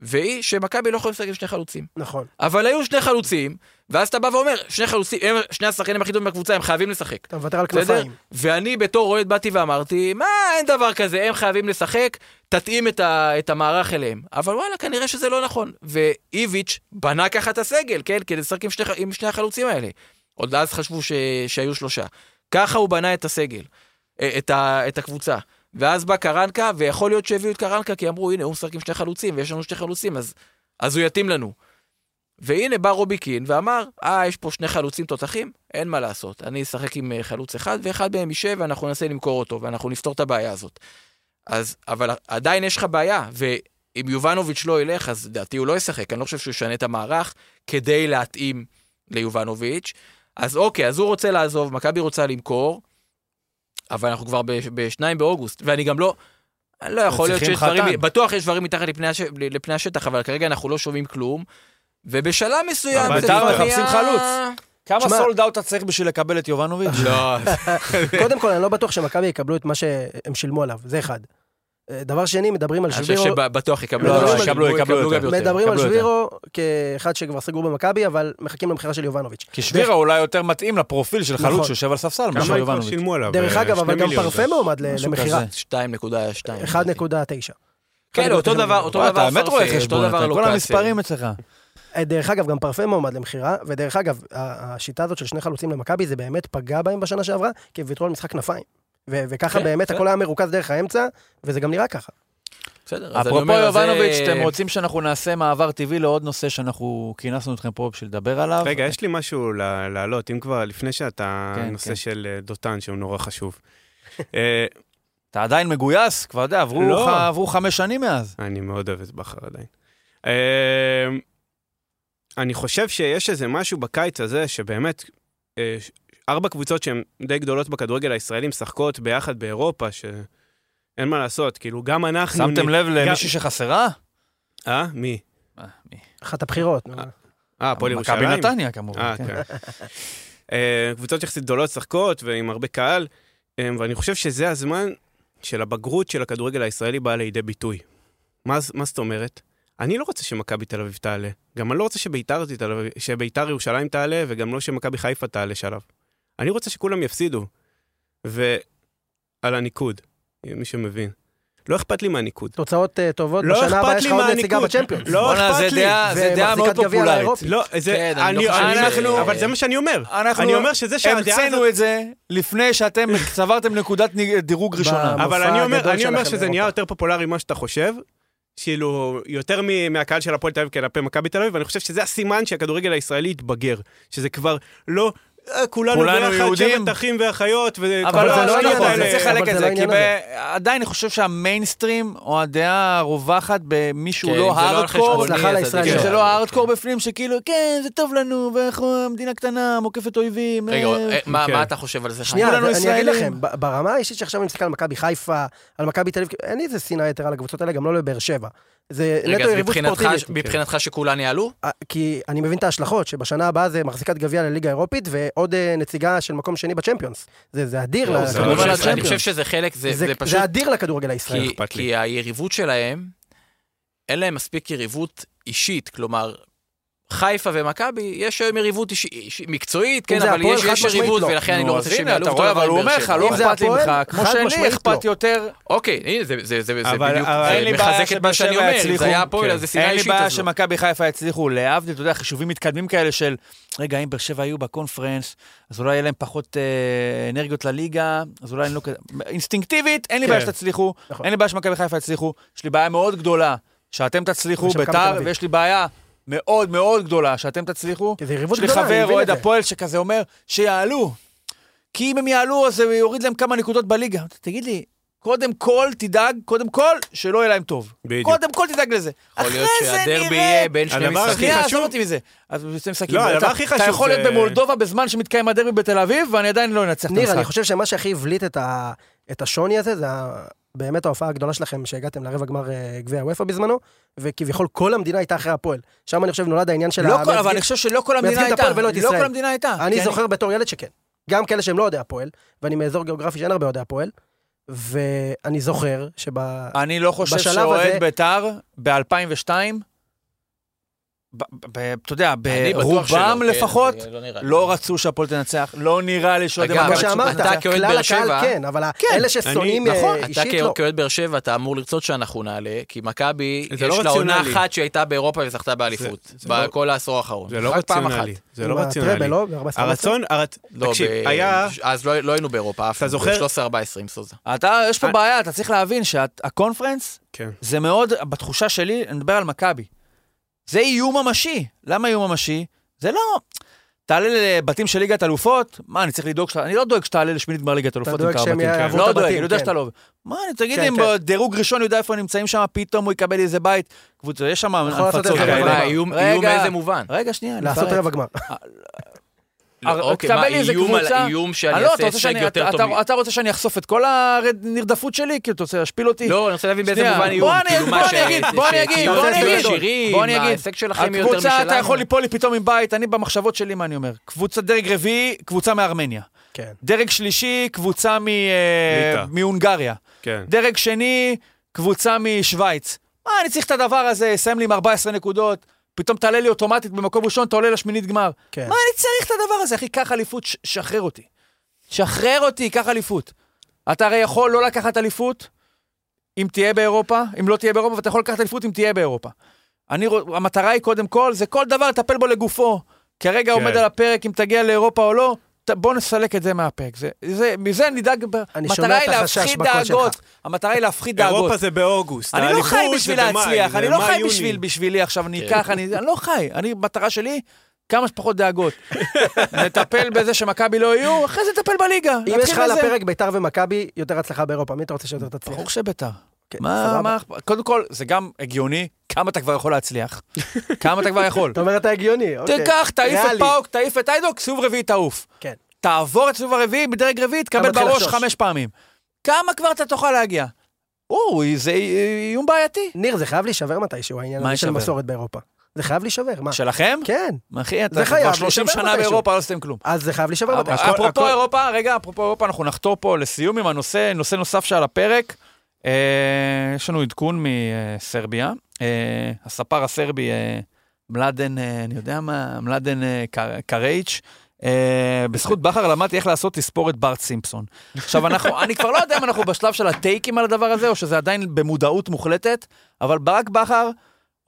C: והיא שמכבי לא יכולים לשחק עם שני חלוצים.
E: נכון.
C: אבל היו שני חלוצים, ואז אתה בא ואומר, שני חלוצים, הם שני השחקנים הכי טובים בקבוצה, הם חייבים לשחק.
E: אתה מוותר על
C: בסדר?
E: כנפיים.
C: ואני בתור אוהד באתי ואמרתי, מה, אין דבר כזה, הם חייבים לשחק, תתאים את, ה, את המערך אליהם. אבל וואלה, כנראה שזה לא נכון. ואיביץ' בנה ככה את הסגל, כן? כדי לשחק עם שני, ח- עם שני החלוצים האלה. עוד אז חשבו ש, שהיו שלושה. ככה הוא בנה את הסגל, אה, את, ה, את הקבוצה. ואז בא קרנקה, ויכול להיות שהביאו את קרנקה, כי אמרו, הנה, הוא משחק עם שני חלוצים, ויש לנו שני חלוצים, אז, אז הוא יתאים לנו. והנה בא רובי קין ואמר, אה, יש פה שני חלוצים תותחים, אין מה לעשות. אני אשחק עם אה, חלוץ אחד, ואחד מהם יישב, ואנחנו ננסה למכור אותו, ואנחנו נפתור את הבעיה הזאת. אז, אבל עדיין יש לך בעיה, אם יובנוביץ' לא ילך, אז לדעתי הוא לא ישחק, אני לא חושב שהוא ישנה את המערך כדי להתאים ליובנוביץ'. אז אוקיי, אז הוא רוצה לעזוב, מכבי רוצה למכור, אבל אנחנו כבר ב- בשניים באוגוסט, ואני גם לא... לא יכול להיות
B: צריכים
C: שיש דברים,
B: חתן.
C: בטוח יש דברים מתחת לפני, הש... לפני השטח, אבל כרגע אנחנו לא שומעים כלום, ובשלב מסוים
D: אבל
C: זה
D: בית"ר
C: כבר
B: מחפשים
C: נהיה-
B: חלוץ. אה, כמה
E: תשמע-
B: סולד אאוט אתה צריך בשביל לקבל את יובנוביץ'?
C: לא,
E: קודם כל, אני לא בטוח שמכבי יקבלו את מה שהם שילמו עליו, זה אחד. אה, דבר שני, מדברים על
C: אני חושב
E: שבירו,
C: שבטוח יקבלו,
E: לא, לא,
C: אבל
B: יקבלו, יקבלו
C: גם
B: יותר.
C: יותר.
E: מדברים על
B: יקבלו יותר.
E: שבירו כאחד שכבר סגור במכבי, אבל מחכים למכירה של יובנוביץ'.
B: כי שבירה אולי יותר מתאים לפרופיל של חלוץ
E: נכון.
B: שיושב על ספסל מאשר
D: כמה כבר
B: יובנוביץ'.
D: שילמו עליו?
E: דרך
D: אה,
E: אגב,
D: שני
E: אבל גם
D: מיליון.
E: פרפה מועמד ל-
B: משהו
E: למכירה,
B: כזה.
C: 2.2.
E: 1.9.
C: כן, אותו דבר, אותו
B: וואי,
C: דבר
B: אתה באמת רואה
C: פרפה,
B: חשבון,
C: אותו דבר
B: אתה- כל
C: לוקאסן.
B: המספרים אצלך.
E: אה, דרך אגב, גם פרפה מועמד למכירה, ודרך אגב, ה- השיטה הזאת של שני חלוצים למכבי, זה באמת פגע בהם בשנה שעברה, כי הם ויתרו על משחק כנפיים. ו- וככה
C: כן,
E: באמת
C: כן.
E: הכל היה מרוכז דרך האמצע, וזה גם נראה ככה.
C: בסדר, אז אני
B: אפרופו
C: אומר, אז זה- כן,
B: יובנוביץ', אתם רוצים שאנחנו נעשה מעבר טבעי לעוד נושא שאנחנו כינסנו אתכם פה בשביל לדבר עליו?
D: רגע, יש לי משהו לה- להעלות, אם כבר, לפני שאתה...
B: כן,
D: נושא
B: כן.
D: של אה, דותן, שהוא נורא חשוב. אה,
B: אתה עדיין מגויס? כבר יודע, עברו
D: לא.
B: ח- עברו חמש שנים מאז.
D: אני מאוד אוהב את בכר עדיין. אמ, אני חושב שיש איזה משהו בקיץ הזה שבאמת, אה, ש- ארבע קבוצות שהן די גדולות בכדורגל הישראלי משחקות ביחד באירופה, שאין מה לעשות, כאילו גם אנחנו...
B: שמתם
D: נ-
B: לב למישהי שחסרה?
D: אה? מי?
B: אה, מי?
E: אחת הבחירות. נו.
D: אה, הפועל ירושלים?
B: מכבי נתניה כמובן.
D: אה,
B: כן.
D: כן. אה, קבוצות יחסית גדולות משחקות ועם הרבה קהל, אה, ואני חושב שזה הזמן של הבגרות של הכדורגל הישראלי באה לידי ביטוי. מה, ז- מה זאת אומרת? אני לא רוצה שמכבי תל אביב תעלה. גם אני לא רוצה שביתר, תתעלה- שביתר ירושלים תעלה, וגם לא שמכבי חיפה תעלה שלב. אני רוצה שכולם יפסידו. ועל הניקוד, מי שמבין. לא אכפת לי מהניקוד.
E: תוצאות אה, טובות,
D: לא
E: בשנה
D: אכפת
E: הבאה יש
D: לי
E: לך עוד נציגה
D: מהניקוד.
E: בצ'מפיונס.
D: לא
B: בואנה,
D: אכפת
B: זה
D: לי.
B: דעה- זה דעה מאוד
E: ומחזיקת גביע
B: פופולרית.
E: לאירופי.
D: לא, זה...
C: כן, אני לא
D: אני-
C: חושב שזה-
D: אנחנו- אבל זה מה שאני אומר.
B: אנחנו-
D: אני אומר שזה שהדעה הזאת...
B: המצאנו את זה לפני שאתם צברתם נקודת ניג- דירוג ראשונה.
E: ב-
D: אבל
E: המופע
D: אני אומר,
E: הגדול
D: אני אומר
E: שלכם
D: שזה
E: באירופה.
D: נהיה יותר פופולרי ממה שאתה חושב. כאילו, יותר מ- מהקהל של הפועל תל אביב כלפי מכבי תל אביב, ואני חושב שזה הסימן שהכדורגל הישראלי התבגר. שזה כבר לא, אה, כולנו
B: כולנו
D: ביחד,
B: יהודים.
D: שבט אחים ואחיות, וכל
B: אבל
E: זה
B: לא,
E: לא
B: לא
E: העניין
B: נכון,
E: הזה.
B: זה צריך
E: אבל
B: לחלק
E: זה
B: את
E: לא
B: זה, כי
E: העניין הזה.
B: ב- עדיין אני חושב שהמיינסטרים, או הדעה הרווחת
C: כן,
B: במישהו
C: אם זה
B: לא
C: לא על
B: הארדקור,
C: חשבוני,
E: הצלחה
C: אז
E: לישראל
C: עדיף.
E: שלנו.
B: שזה לא הארדקור בפנים, שכאילו, כן, זה טוב לנו, ואנחנו המדינה קטנה, מוקפת אויבים.
C: רגע,
B: אה,
C: אה, מה
D: כן.
C: מה אתה חושב על זה? חיים?
E: לא, שנייה,
B: כולנו
E: אני אגיד
B: ישראלים.
E: לכם, ב- ברמה האישית שעכשיו אני מסתכל על מכבי חיפה, על מכבי תל אביב, אין לי איזה שנאה יתרה לקבוצות האלה, גם לא לבאר שבע. זה
C: רגע,
E: נטו
C: אז
E: יריבות
C: מבחינתך-
E: ספורטיבית.
C: מבחינתך שכולן יעלו?
E: אה, כי אני מבין את ההשלכות, שבשנה הבאה זה מחזיקת גביע לליגה האירופית ועוד אה, נציגה של מקום שני בצ'מפיונס. זה זה אדיר
D: לא, זה לא
E: לכדורגל
C: אני חושב-
D: לצ'מפיונס.
C: אני
E: הישראלי.
C: חושב שזה חלק, זה
E: זה-
C: זה פשוט...
E: זה אדיר לכדורגל הישראלי.
C: כי,
D: אכפת לי.
C: כי היריבות שלהם, אין להם מספיק יריבות אישית, כלומר, חיפה ומכבי, יש היום יריבות איש, איש, מקצועית, כן,
E: זה
C: אבל
E: הפועל,
C: יש,
E: חד
C: יש
E: משמעית
C: יריבות,
E: לא.
C: ולכן אני
B: נו,
C: לא
B: אז
C: רוצה שהם
B: הנה,
C: יעלו
B: אתה
C: אותו
B: רואה,
C: דבר
B: אבל הוא
C: באר
B: אומר לך,
C: שבע.
B: לא
E: אם זה
B: אכפת לי
E: הפועל,
B: ממך, כמו
E: חד
B: שאני
E: משמעית
B: אכפת
E: לא.
B: יותר,
C: אוקיי, הנה, זה, זה, זה, זה
D: אבל-
C: בדיוק,
D: אבל אין
C: זה
D: לי בעיה
C: מחזק את
B: שבאר
C: מה שאני
B: שבע
C: אומר,
B: יצליחו,
C: זה היה הפועל,
D: כן.
C: אז זה שנאה
B: אוקיי, אין לי
C: אישית
B: בעיה
C: הזו.
B: שמכבי חיפה יצליחו, להבדיל, אתה יודע, חישובים מתקדמים כאלה של, רגע, אם באר שבע היו בקונפרנס, אז אולי יהיה להם פחות אה, אנרגיות לליגה, אז אולי אני לא כזה... אינסטינקטיבית, אין לי
D: כן.
B: בעיה שתצליחו,
E: נכון.
B: אין לי בעיה שמכבי חיפה יצליחו, יש לי בעיה מאוד גדולה שאתם תצליחו,
E: ושמכבי תל
B: ביתר,
E: אביב.
B: ויש לי בעיה מאוד מאוד גדולה שאתם תצליחו.
E: כי זה יריבות
B: יש לי
E: גדולה, אני
B: חבר
E: מבין את
B: אוהד
E: זה.
B: הפועל שכזה אומר, שיעלו. כי אם הם יעלו, אז זה יוריד להם כמה נקודות בליגה. תגיד לי, קודם כל תדאג, קודם כל, שלא יהיה להם טוב.
D: בדיוק.
B: קודם כל תדאג לזה.
C: יכול להיות
B: אחרי זה
C: שהדרבי
B: נראה.
C: יהיה בין שני
D: הדבר הכי
C: משחקים.
B: שנייה,
D: חשוב-
B: עזוב אותי מזה. אז בשני משחקים.
D: לא, הדבר
B: אתה-
D: הכי חשוב
B: אתה יכול להיות
D: זה-
B: במולדובה בזמן שמתקיים הדרבי בתל אביב, ואני עדיין לא אנצח את
E: ניר, אני
B: המשחק.
E: חושב שמה שהכי הבליט את ה- את השוני הזה, זה ה- באמת ההופעה הגדולה שלכם שהגעתם לרבע גמר אה, גביע הוופא בזמנו, וכביכול כל המדינה הייתה אחרי הפועל. שם אני חושב נולד העניין של
B: לא כל-
E: המייצגים-
B: אבל אני חושב שלא כל המדינה
E: מייצגים את
B: הייתה.
E: הפועל ולא את
B: לא
E: ישראל.
B: כל המדינה הייתה. כי
E: אני זוכר בתור ילד שכן. גם כאלה שהם לא אוהדי הפועל, ואני מאזור גיאוגרפי שאין הרבה אוהדי הפועל, ואני זוכר שב...
B: אני לא חושב
E: בשלב הזה-
B: שאוהד בית"ר ב-2002, ב- ב- ב- אתה יודע,
C: אני בטוח
B: ברובם
C: שלא, כן,
B: לפחות,
C: זה נראה לי.
B: לא רצו שהפועל תנצח, לא נראה לי שאוהדי
C: אגב,
E: כמו
B: מכבי
C: אבל
E: שאמרת,
B: תנצח.
C: אתה כאוהד
E: כלל
C: באר
E: הקהל
C: שבע-
E: כן, אבל אלה ששונאים
D: אני-
E: אה,
D: נכון,
C: אתה
E: אישית
C: כא-
E: לא.
C: כאוהד באר שבע, אתה אמור לרצות שאנחנו נעלה, כי מכבי, יש
D: זה לא
C: לה עונה
D: רציונלי.
C: אחת שהייתה באירופה וזכתה באליפות,
D: זה לא-
C: בכל העשור האחרון.
D: זה לא
C: רק פעם
D: רציונלי.
C: אחת.
D: זה לא
E: עם הטראבל,
D: רציונלי.
E: לא? ב-14.
D: הרצון, הרצ...
C: לא,
D: תקשיב,
C: ב-
D: היה...
C: אז לא לא היינו באירופה, אף
D: אתה
C: פעם,
D: זוכר?
C: ב-13-14 עם סוזה.
B: אתה, יש פה
D: אני-
B: בעיה, אתה צריך להבין שהקונפרנס,
D: כן.
B: זה מאוד, בתחושה שלי, אני מדבר על מכבי. זה איום ממשי. למה איום ממשי? זה לא... תעלה לבתים של ליגת אלופות, מה, אני צריך לדאוג שאתה... אני לא דואג שתעלה לשמינית גמר ליגת אלופות עם
E: דואג
B: כמה
E: שהם
B: בתים. כן.
E: יעברו את
B: לא
E: הבתים,
B: דואג, אני יודע
E: כן.
B: שאתה לא... מה, אני תגיד
E: כן,
B: לי, אם
E: כן.
B: בדירוג ראשון יודע איפה הם נמצאים שם, פתאום הוא יקבל איזה בית. קבוצה, יש שם
E: לעשות לא את
B: הנפצות
E: זה
C: אבל
E: רגע.
C: מה,
B: כאלה.
C: איום
B: רגע.
C: איום באיזה מובן?
B: רגע, שנייה,
E: לעשות
B: נפרט.
E: רבע גמר.
C: לא,
B: הר-
C: אוקיי, מה,
B: תקבל לי אה, איזה
C: איום על
B: קבוצה?
C: האיום שאני
B: אני לא, אתה
C: אעשה
B: רוצה
C: הישג
B: שאני-
C: יותר
B: אתה- אה,
C: טוב? מ-
B: אתה רוצה שאני אחשוף את כל הנרדפות שלי? כאילו, אתה רוצה להשפיל אותי?
C: לא, אני רוצה להבין באיזה
B: שנייה.
C: מובן איום.
B: בוא אני-
C: כאילו, מה
B: בוא
C: ש-
B: אני אגיד, בוא אני
C: ש-
B: אגיד,
C: כאילו,
E: בוא אני
C: אתם
E: אגיד.
C: עשירים,
B: בוא אני אגיד.
C: ההישג שלכם יותר משלנו.
B: הקבוצה, אתה יכול ליפול לי פתאום עם בית, אני במחשבות שלי, מה אני אומר? קבוצה דרג רביעי, קבוצה מארמניה.
E: כן.
B: דרג שלישי, קבוצה מ- אה,
D: ליטא.
B: מהונגריה.
D: כן.
B: דרג שני, קבוצה משוויץ. מה, אני צריך את הדבר הזה, סיים לי עם 14 נקודות, פתאום תעלה לי אוטומטית במקום ראשון, אתה עולה לשמינית גמר.
E: כן.
B: מה אני צריך את הדבר הזה, אחי? קח אליפות, ש- שחרר אותי. שחרר אותי, קח אליפות. אתה הרי יכול לא לקחת אליפות אם תהיה באירופה, אם לא תהיה באירופה, ואתה יכול לקחת אליפות אם תהיה באירופה. אני, רוא- המטרה היא קודם כל, זה כל דבר לטפל בו לגופו. כרגע
D: כן.
B: עומד על הפרק אם תגיע לאירופה או לא, ת- בוא נסלק את זה מהפרק. זה, זה, מזה נדאג, ב-
E: אני
B: המטרה
E: שומע את
B: היא
E: החשש
B: להפחית
E: בקול שלך.
B: דאגות. המטרה היא להפחית דאגות.
D: אירופה זה באוגוסט.
B: אני לא חי
D: האליפות
B: בשביל
D: זה במאי,
B: להצליח,
D: זה
B: אני לא חי
D: מאי-יוני.
B: בשביל, בשבילי עכשיו,
D: כן.
B: אני אקח, אני אני לא חי. אני, מטרה שלי, כמה שפחות דאגות. נטפל בזה שמכבי לא יהיו, אחרי זה נטפל בליגה.
E: אם
B: נתחיל
E: יש לך על
B: בזה.
E: הפרק ביתר ומכבי, יותר הצלחה באירופה, מי אתה רוצה שיותר תצליח?
B: ברור שביתר.
E: כן,
B: מה,
E: סבבה.
B: מה, אכפ- קודם כל, זה גם הגיוני, כמה אתה כבר יכול להצליח. כמה אתה כבר יכול.
E: אתה אומר אתה הגיוני, אוקיי.
B: תיקח, תעיף את
E: ריאלי.
B: פאוק, תעיף את איידוק, סיבוב רביעי תעוף.
E: כן.
B: תעבור את סיבוב הרביעי בדרג רביעי, תקבל
E: מתחיל
B: בראש
E: לחשוש.
B: חמש פעמים. כמה כבר אתה תוכל להגיע? או, זה איום בעייתי.
E: ניר, זה חייב להישבר מתישהו, העניין
B: מה
E: הזה של
B: יישבר?
E: מסורת באירופה. זה חייב להישבר, מה?
B: שלכם?
E: כן,
B: אחי, אתה
E: זה חייב,
B: כבר 30
E: להישבר
B: שנה
E: מתישהו.
B: באירופה, לא עשיתם כלום.
E: אז זה חייב להישבר מתישהו.
D: הכל-
B: אפרופו
D: הכל-
B: אירופה, רגע, אפרופו אירופה, אנחנו נחתור פה לסיום עם הנושא, נושא נוסף שעל הפרק. אה, יש לנו עדכון מסרביה. אה, הספר הסרבי, אה, מלאדן, אה, אני יודע מה, מלאדן אה, קר- קרייץ'. אה, בזכות בכר למדתי איך לעשות תספורת בארט סימפסון. עכשיו, אנחנו, אני כבר לא יודע אם אנחנו בשלב של הטייקים על הדבר הזה, או שזה עדיין במודעות מוחלטת, אבל ברק בכר,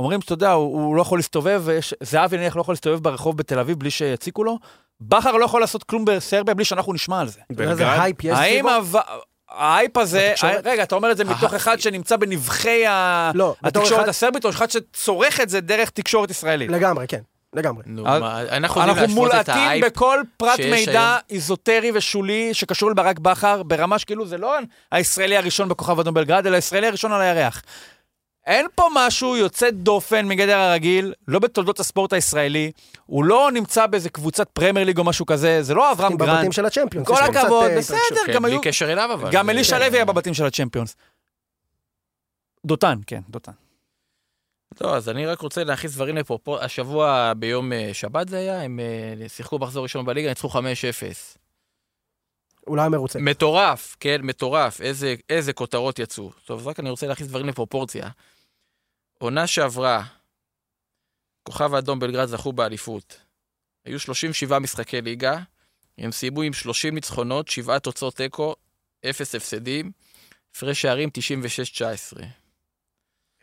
B: אומרים שאתה יודע, הוא, הוא לא יכול להסתובב, ויש- זהבי נניח לא יכול להסתובב ברחוב בתל אביב בלי שיציקו לו, בכר לא יכול לעשות כלום בסרביה בלי שאנחנו נשמע על זה.
E: אתה יודע איזה
D: בלגרד?
E: הייפ יש
B: האם
E: סביבו?
B: הו... האייפ הזה,
E: בתקשורת?
B: רגע, אתה אומר את זה מתוך אחד שנמצא בנבחי ה-
E: אה, לא, בתור
B: התקשורת
E: אחד-
B: הסרבית, או אחד שצורך את זה דרך תקשורת ישראלית?
E: לגמרי, כן, לגמרי.
C: נו,
B: אז-
C: מה, אנחנו יודעים
B: אה, אנחנו
C: להשוות את
B: מולעטים
C: האייפ.
B: בכל פרט
C: שיש
B: מידע
C: היום.
B: איזוטרי ושולי שקשור לברק בכר, ברמה שכאילו זה לא הישראלי הראשון בכוכב אדום בלגרד, אלא הישראלי הראשון על הירח. אין פה משהו יוצא דופן מגדר הרגיל, לא בתולדות הספורט הישראלי, הוא לא נמצא באיזה קבוצת פרמייר ליג או משהו כזה, זה לא אברהם
E: עם בבתים
B: גרנט.
E: של הצ'מפיונס.
B: כל
E: יש קצת,
B: הכבוד,
E: אה,
B: בסדר,
E: התרגשות.
C: כן,
B: גם
C: בלי
B: היו-
C: קשר אליו, אבל.
B: גם אלישע
E: כן.
B: לוי היה בבתים של הצ'מפיונס. דותן, כן, דותן.
C: לא, אז אני רק רוצה להכניס דברים לפרופורט. השבוע ביום אה, שבת זה היה, הם אה, שיחקו מחזור ראשון בליגה, ניצחו 5-0.
E: אולי מרוצה.
C: מטורף, כן, מטורף. איזה, איזה כותרות יצאו. טוב, רק אני רוצה להכניס דברים לפרופורציה. עונה שעברה, כוכב האדום בלגרד זכו באליפות. היו 37 משחקי ליגה, הם סיימו עם 30 ניצחונות, 7 תוצאות תיקו, 0 הפסדים, הפרש שערים 96-19.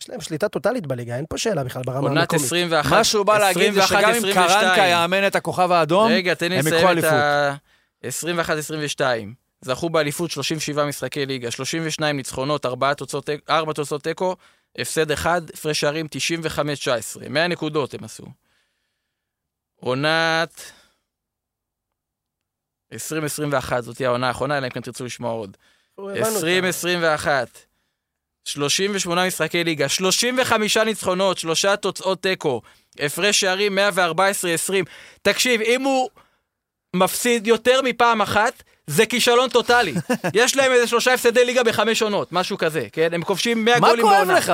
E: יש להם שליטה טוטאלית בליגה, אין פה שאלה בכלל ברמה
C: עונת
E: המקומית.
C: 21,
B: מה שהוא בא להגיד זה שגם אם
C: 21,
B: קרנקה
C: 22.
B: יאמן את הכוכב האדום,
C: רגע, תן לי
B: הם
C: לסיים
B: יקחו
C: את ה... 21-22. זכו באליפות 37 משחקי ליגה, 32 ניצחונות, 4 תוצאות, 4 תוצאות תיקו, הפסד 1, הפרש שערים 95-19. 100 נקודות הם עשו. עונת 2021, זאת תהיה העונה האחרונה, אלא אם כן תרצו לשמוע עוד.
E: הבנו את ה-
C: 2021, 38 משחקי ליגה, 35 ניצחונות, שלושה תוצאות תיקו, הפרש שערים 114-20. תקשיב, אם הוא מפסיד יותר מפעם אחת, זה כישלון טוטאלי. יש להם איזה שלושה הפסדי ליגה בחמש עונות, משהו כזה, כן? הם כובשים 100
B: מה
C: גולים
B: כואב
C: בעונה.
B: לך?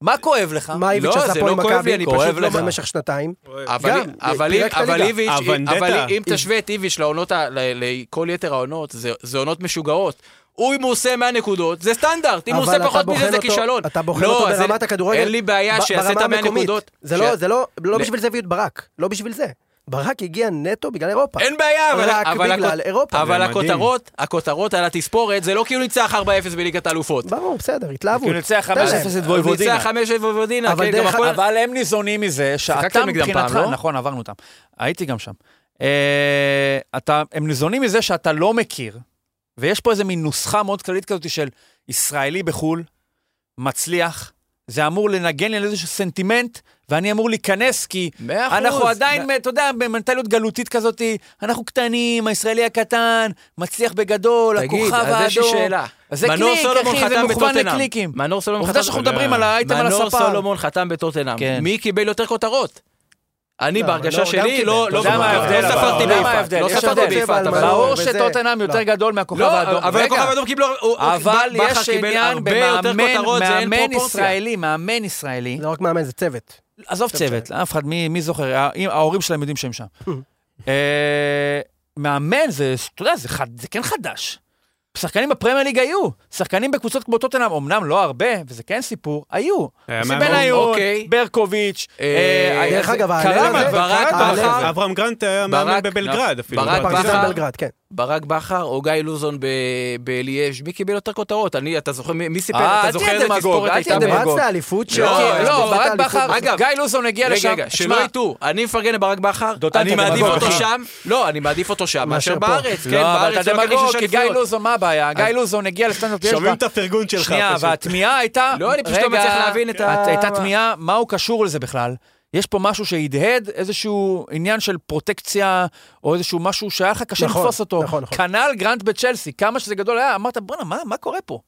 B: מה כואב לך?
E: מה איביץ'
C: לא,
E: עשה
C: זה
E: פה
C: לא
E: עם
C: כואב לי, אני
E: מכבי?
C: פשוט
E: כואב
B: לא
E: לך.
B: בא.
E: במשך שנתיים.
C: אבל,
E: גם,
C: אבל,
E: פירק את
C: אבל
E: הליגה.
C: איביץ',
D: הוונדטה.
C: אבל אם תשווה את איביץ' לעונות, ה- ל- לכל יתר העונות, זה, זה עונות משוגעות. הוא, אם הוא עושה 100 נקודות, זה סטנדרט. אם הוא
E: אבל
C: עושה
E: אתה
C: פחות
E: בוחן
C: מזה, זה
E: אותו-
C: כישלון.
E: אתה בוחן
C: לא,
E: אותו
C: אז
E: ברמת
C: אין-
E: הכדורגל.
C: אין לי בעיה
E: ב-
C: שיעשה את
E: ברמה
C: ה- 100
E: המקומית.
C: נקודות.
E: זה
C: ש-
E: לא, זה לא, לא
C: ל-
E: בשביל זה הביאו את ברק, לא בשביל זה. ברק הגיע נטו בגלל אירופה.
C: אין בעיה, אבל...
E: רק
C: אבל
E: בגלל
C: הכות-
E: אירופה.
C: אבל
D: זה מדהים.
C: הכותרות, הכותרות על התספורת, זה לא כאילו ניצח 4-0 בליגת האלופות.
E: ברור, בסדר, התלהבות.
B: כאילו ניצח
E: תן להם.
B: 5-0 את
C: הוא
B: וואבודינה.
C: ניצח 5-0 בוודאינה,
E: אבל
C: כן, גם
E: דרך
C: הפועל...
B: אבל הם ניזונים מזה שאתה
C: שיחקתם נגדם פעם,
B: מבחינתך,
C: לא?
B: נכון, עברנו אותם. הייתי גם שם. אה, אתה, הם ניזונים מזה שאתה לא מכיר, ויש פה איזה מין נוסחה מאוד כללית כזאת של ישראלי בחו"ל, מצליח, זה אמור לנגן לי על איזשהו סנטימנט, ואני אמור להיכנס, כי
C: מאה אחוז.
B: אנחנו עדיין, אתה יודע, במנטליות גלותית כזאת, אנחנו קטנים, הישראלי הקטן, מצליח בגדול, הכוכב
C: תגיד,
B: האדום.
C: אז יש לי שאלה.
B: אז זה
C: מנור
B: קליק,
C: סולומון
B: אחי, זה
C: חתם
B: מוכוון
C: בטוטנהאם.
B: לקליקים.
C: מנור סולומון
B: עובדה
C: חתם-
B: שאנחנו מדברים על האייטם על
C: מנור
B: הספה.
C: סולומון חתם בטוטנאם.
B: כן.
C: מי קיבל יותר כותרות? אני
E: לא,
C: בהרגשה
E: מנור גם
C: שלי
E: קיבל.
C: לא
E: אתה
C: לא-
B: אתה יודע מה
C: לא
B: ההבדל? אבל?
C: ספרתי
B: אתה יודע מה
C: ביפעת.
B: ההבדל?
C: לא
B: יש
C: ספרתי
B: הבדל.
C: ביפעת. אבל-
E: ברור.
B: ברור
E: וזה-
B: שטוטנאם יותר
E: לא.
B: גדול מהכוכב האדום.
C: לא, אבל
B: רגע.
C: הכוכב האדום קיבל... הוא- הוא-
B: אבל
C: בכר
B: יש
C: קיבל
B: עניין
C: הרבה יותר
B: במאמן
C: כותרות, זה אין
B: מאמן
C: פרופורציה.
B: ישראלי, מאמן ישראלי.
E: זה לא רק מאמן, זה צוות.
B: עזוב צוות,
E: צוות.
B: אף אחד, מי מי זוכר, הא- אם- ההורים שלהם יודעים שהם שם. אה, מאמן, זה, אתה יודע, זה חד- זה כן חדש. שחקנים בפרמייר ליג היו, שחקנים בקבוצות כמו טוטנאם, אמנם לא הרבה, וזה כן סיפור, היו.
D: היה
B: יוסי
D: מאמן.
B: בניון,
C: אה, אוקיי.
B: ברקוביץ',
C: אה,
B: אה,
E: דרך
B: אה,
E: אגב,
B: קרמה,
E: ההלל הזה-
B: ברק בכר.
C: ברק
E: בכר.
D: אברהם גרנט היה מאמן
C: ברק,
D: בבלגרד
C: נכון.
D: אפילו.
C: ברק
D: בהתחלה.
E: פרטיזן
C: בכר.
E: בלגרד, כן.
C: ברק בכר או גיא לוזון ב- בליאז', מי קיבל יותר כותרות? אני, אתה זוכר, מי מי
B: אה,
C: סיפר?
B: אל
C: אתה
B: תהיה
C: זוכר איזה
B: דמגוג,
C: תספורת
B: אל
C: הייתה?
B: תהיה
C: ב-
B: דמגוג.
E: רץ לאליפות
B: לא,
E: שם.
C: לא,
B: לא,
E: רץ
B: ברק
E: לאליפות.
B: בכר,
C: אגב,
B: גיא לוזון הגיע
C: רגע,
B: לשם.
C: רגע, שלא
B: תשמע,
C: יטעו, אני מפרגן לברק בכר,
B: דותן,
C: אני
B: אתה
C: מעדיף
B: דמגוג,
C: אותו
B: אחי.
C: שם, לא, אני מעדיף אותו שם מאשר
E: מאשר פה.
C: בארץ, כן,
B: לא, אבל
C: בארץ
B: אתה
C: הוא לקח
B: דמגוג,
C: שש
B: כי גיא
C: אליפויות.
B: לוזון, מה הבעיה? גיא לוזון הגיע לסטנדאפ, יש
D: שומעים
B: לה-
D: את הפרגון שלך.
B: שנייה,
D: פשוט.
B: והתמיהה הייתה...
C: לא, אני פשוט לא
B: רגע,
C: מצליח להבין את ה-
B: הייתה תמיהה, מה הוא קשור לזה בכלל? יש פה משהו שהדהד, איזשהו עניין של פרוטקציה, או איזשהו משהו שהיה לך קשה
E: נכון,
B: לתפוס אותו.
E: נכון, נכון.
B: כנ"ל גרנט בצ'לסי, כמה שזה גדול היה, אמרת, בואנה, מה, מה קורה פה?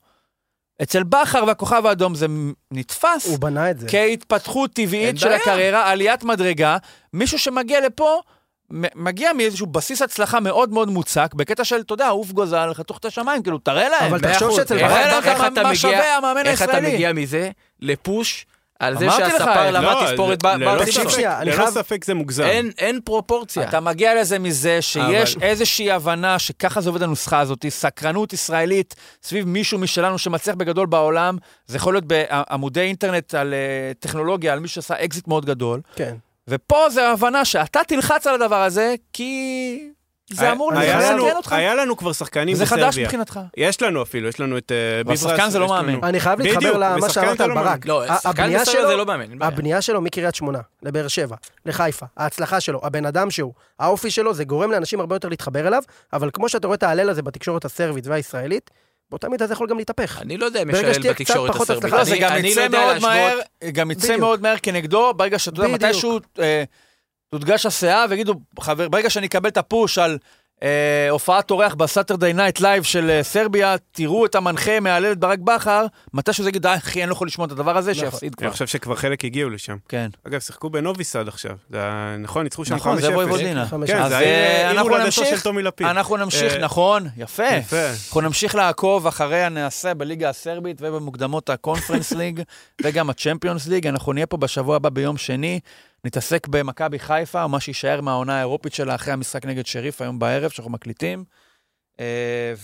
B: אצל בכר והכוכב האדום זה נתפס
E: הוא בנה את זה.
C: כן.
B: כהתפתחות טבעית
C: אין
B: של
C: בעיה.
B: הקריירה, עליית מדרגה, מישהו שמגיע לפה, מ- מגיע מאיזשהו בסיס הצלחה מאוד מאוד מוצק, בקטע של, אתה יודע, עוף גוזל, חתוך את השמיים, כאילו, תראה להם.
E: אבל תחשוב
C: מאה אחוז.
E: שאצל
C: איך
E: ברק
C: אתה-
B: בכר
C: איך אתה
B: מה
C: מגיע-
B: שווה המאמן
C: איך אתה
B: הישראלי?
C: מגיע מזה לפוש על זה
B: אמרתי לך,
C: שהספר
B: לא,
C: למד
D: לא, כן.
C: תספורת
D: ל- ללא
C: בארץ?
E: תקשיב
D: ספק-
E: שנייה, אני
D: ללא
E: חייב-
D: ספק זה מוגזם.
C: אין אין פרופורציה.
B: אתה מגיע לזה מזה שיש
D: אבל-
B: איזושהי הבנה שככה זה עובד הנוסחה הזאת, סקרנות ישראלית סביב מישהו משלנו שמצליח בגדול בעולם, זה יכול להיות בעמודי אינטרנט על אה, טכנולוגיה, על מישהו שעשה אקזיט מאוד גדול,
E: כן.
B: ופה זה ההבנה שאתה תלחץ על הדבר הזה, כי זה
D: היה-
B: אמור
D: היה
B: לסקרן
D: לנו-
B: אותך.
D: היה לנו כבר שחקנים
B: זה
D: בסרביה.
B: חדש מבחינתך.
D: יש לנו אפילו, יש לנו את אה,
B: אבל
D: ביברס,
B: שחקן זה לא
D: יש לנו-
B: מאמן.
E: אני חייב
D: בדיוק,
E: להתחבר למה
D: ושחקן
E: שאמרת
D: אתה
E: על
D: לא
E: ברק.
D: מאמין.
C: לא,
E: ה-
C: שחקן
E: הבנייה
C: בסדר
E: שלו-
C: זה לא מאמן, אין בעיה.
E: הבנייה שלו מקריית שמונה, לבאר שבע, לחיפה, ההצלחה שלו, הבן אדם שהוא, האופי שלו, זה גורם לאנשים הרבה יותר להתחבר אליו, אבל כמו שאתה רואה את ההלל הזה בתקשורת הסרבית והישראלית, באותה מידה זה יכול גם להתהפך.
C: אני לא יודע אם יש
E: ברגע
C: הלל
E: שתהיה קצת
C: בתקשורת
E: פחות
C: הסרבית.
E: הצלחה,
B: לא, זה
C: אני-
B: גם
C: אני לא
B: יצא
C: יודע
B: מאוד
C: להשוות.
B: מהר, גם יצא
E: בדיוק.
B: מאוד מהר כנגדו, ברגע שאתה יודע,
E: בדיוק.
B: מתישהו אה, תודגש הסאה ויגידו, חבר, ברגע שאני אקבל את הפוש על אה, הופעת אורח בסאטרדי נייט לייב של אה, סרביה, תראו את המנחה מהלל את ברק בכר, מתישהו זה יגיד, "אה, אחי, אני לא יכול לשמוע את הדבר הזה, שיפסיד כבר.
D: אני חושב שכבר חלק הגיעו לשם.
B: כן.
D: אגב, שיחקו בנוביסד עכשיו. זה היה- נכון, ניצחו שם 5-0.
B: נכון, זה וויבודינה.
E: חמש
D: כן,
B: אז
D: זה
B: אה,
D: היה עיר
B: אנחנו
D: הולדתו של
B: נמשיך,
D: טומי לפיד.
B: אנחנו נמשיך,
D: אה,
B: נכון, יפה.
D: יפה.
B: אנחנו נמשיך לעקוב אחרי הנעשה בליגה הסרבית ובמוקדמות הקונפרנס ליג וגם הצ'מפיונס ליג. אנחנו נהיה פה בשבוע הבא ביום שני, נתעסק במכבי חיפה, מה שיישאר מהעונה האירופית שלה אחרי המשחק נגד שריף היום בערב, שאנחנו מקליטים. אה,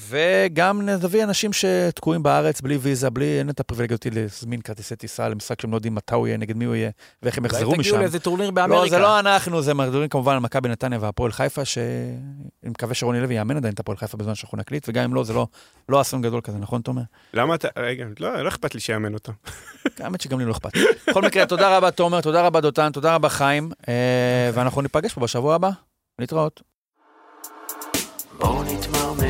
B: וגם נביא אנשים שתקועים בארץ בלי ויזה, בלי, אין את הפריבילגיה אותי להזמין כרטיסי טיסה למשחק שהם לא יודעים מתי הוא יהיה, נגד מי הוא יהיה, ואיך הם יחזרו
C: אולי תגיעו
B: משם.
C: לאיזה טורניר
B: לא, זה
C: באמריקה.
B: לא אנחנו, זה מדברים כמובן על מכבי נתניה והפועל חיפה, שאני מקווה שרוני לוי יאמן עדיין את הפועל חיפה בזמן שאנחנו נקליט, וגם אם לא, זה לא- לא אסון גדול כזה, נכון, תומר?
D: למה אתה... רגע, לא, לא אכפת לי שיאמן אותם.
B: האמת שגם לי לא אכפת. בכל מקרה, תודה רבה, תומר, תודה רבה, דותן, תודה רבה, חיים, אה, ואנחנו ניפגש פה בשבוע הבא. להתראות.
A: בואו נתמרמר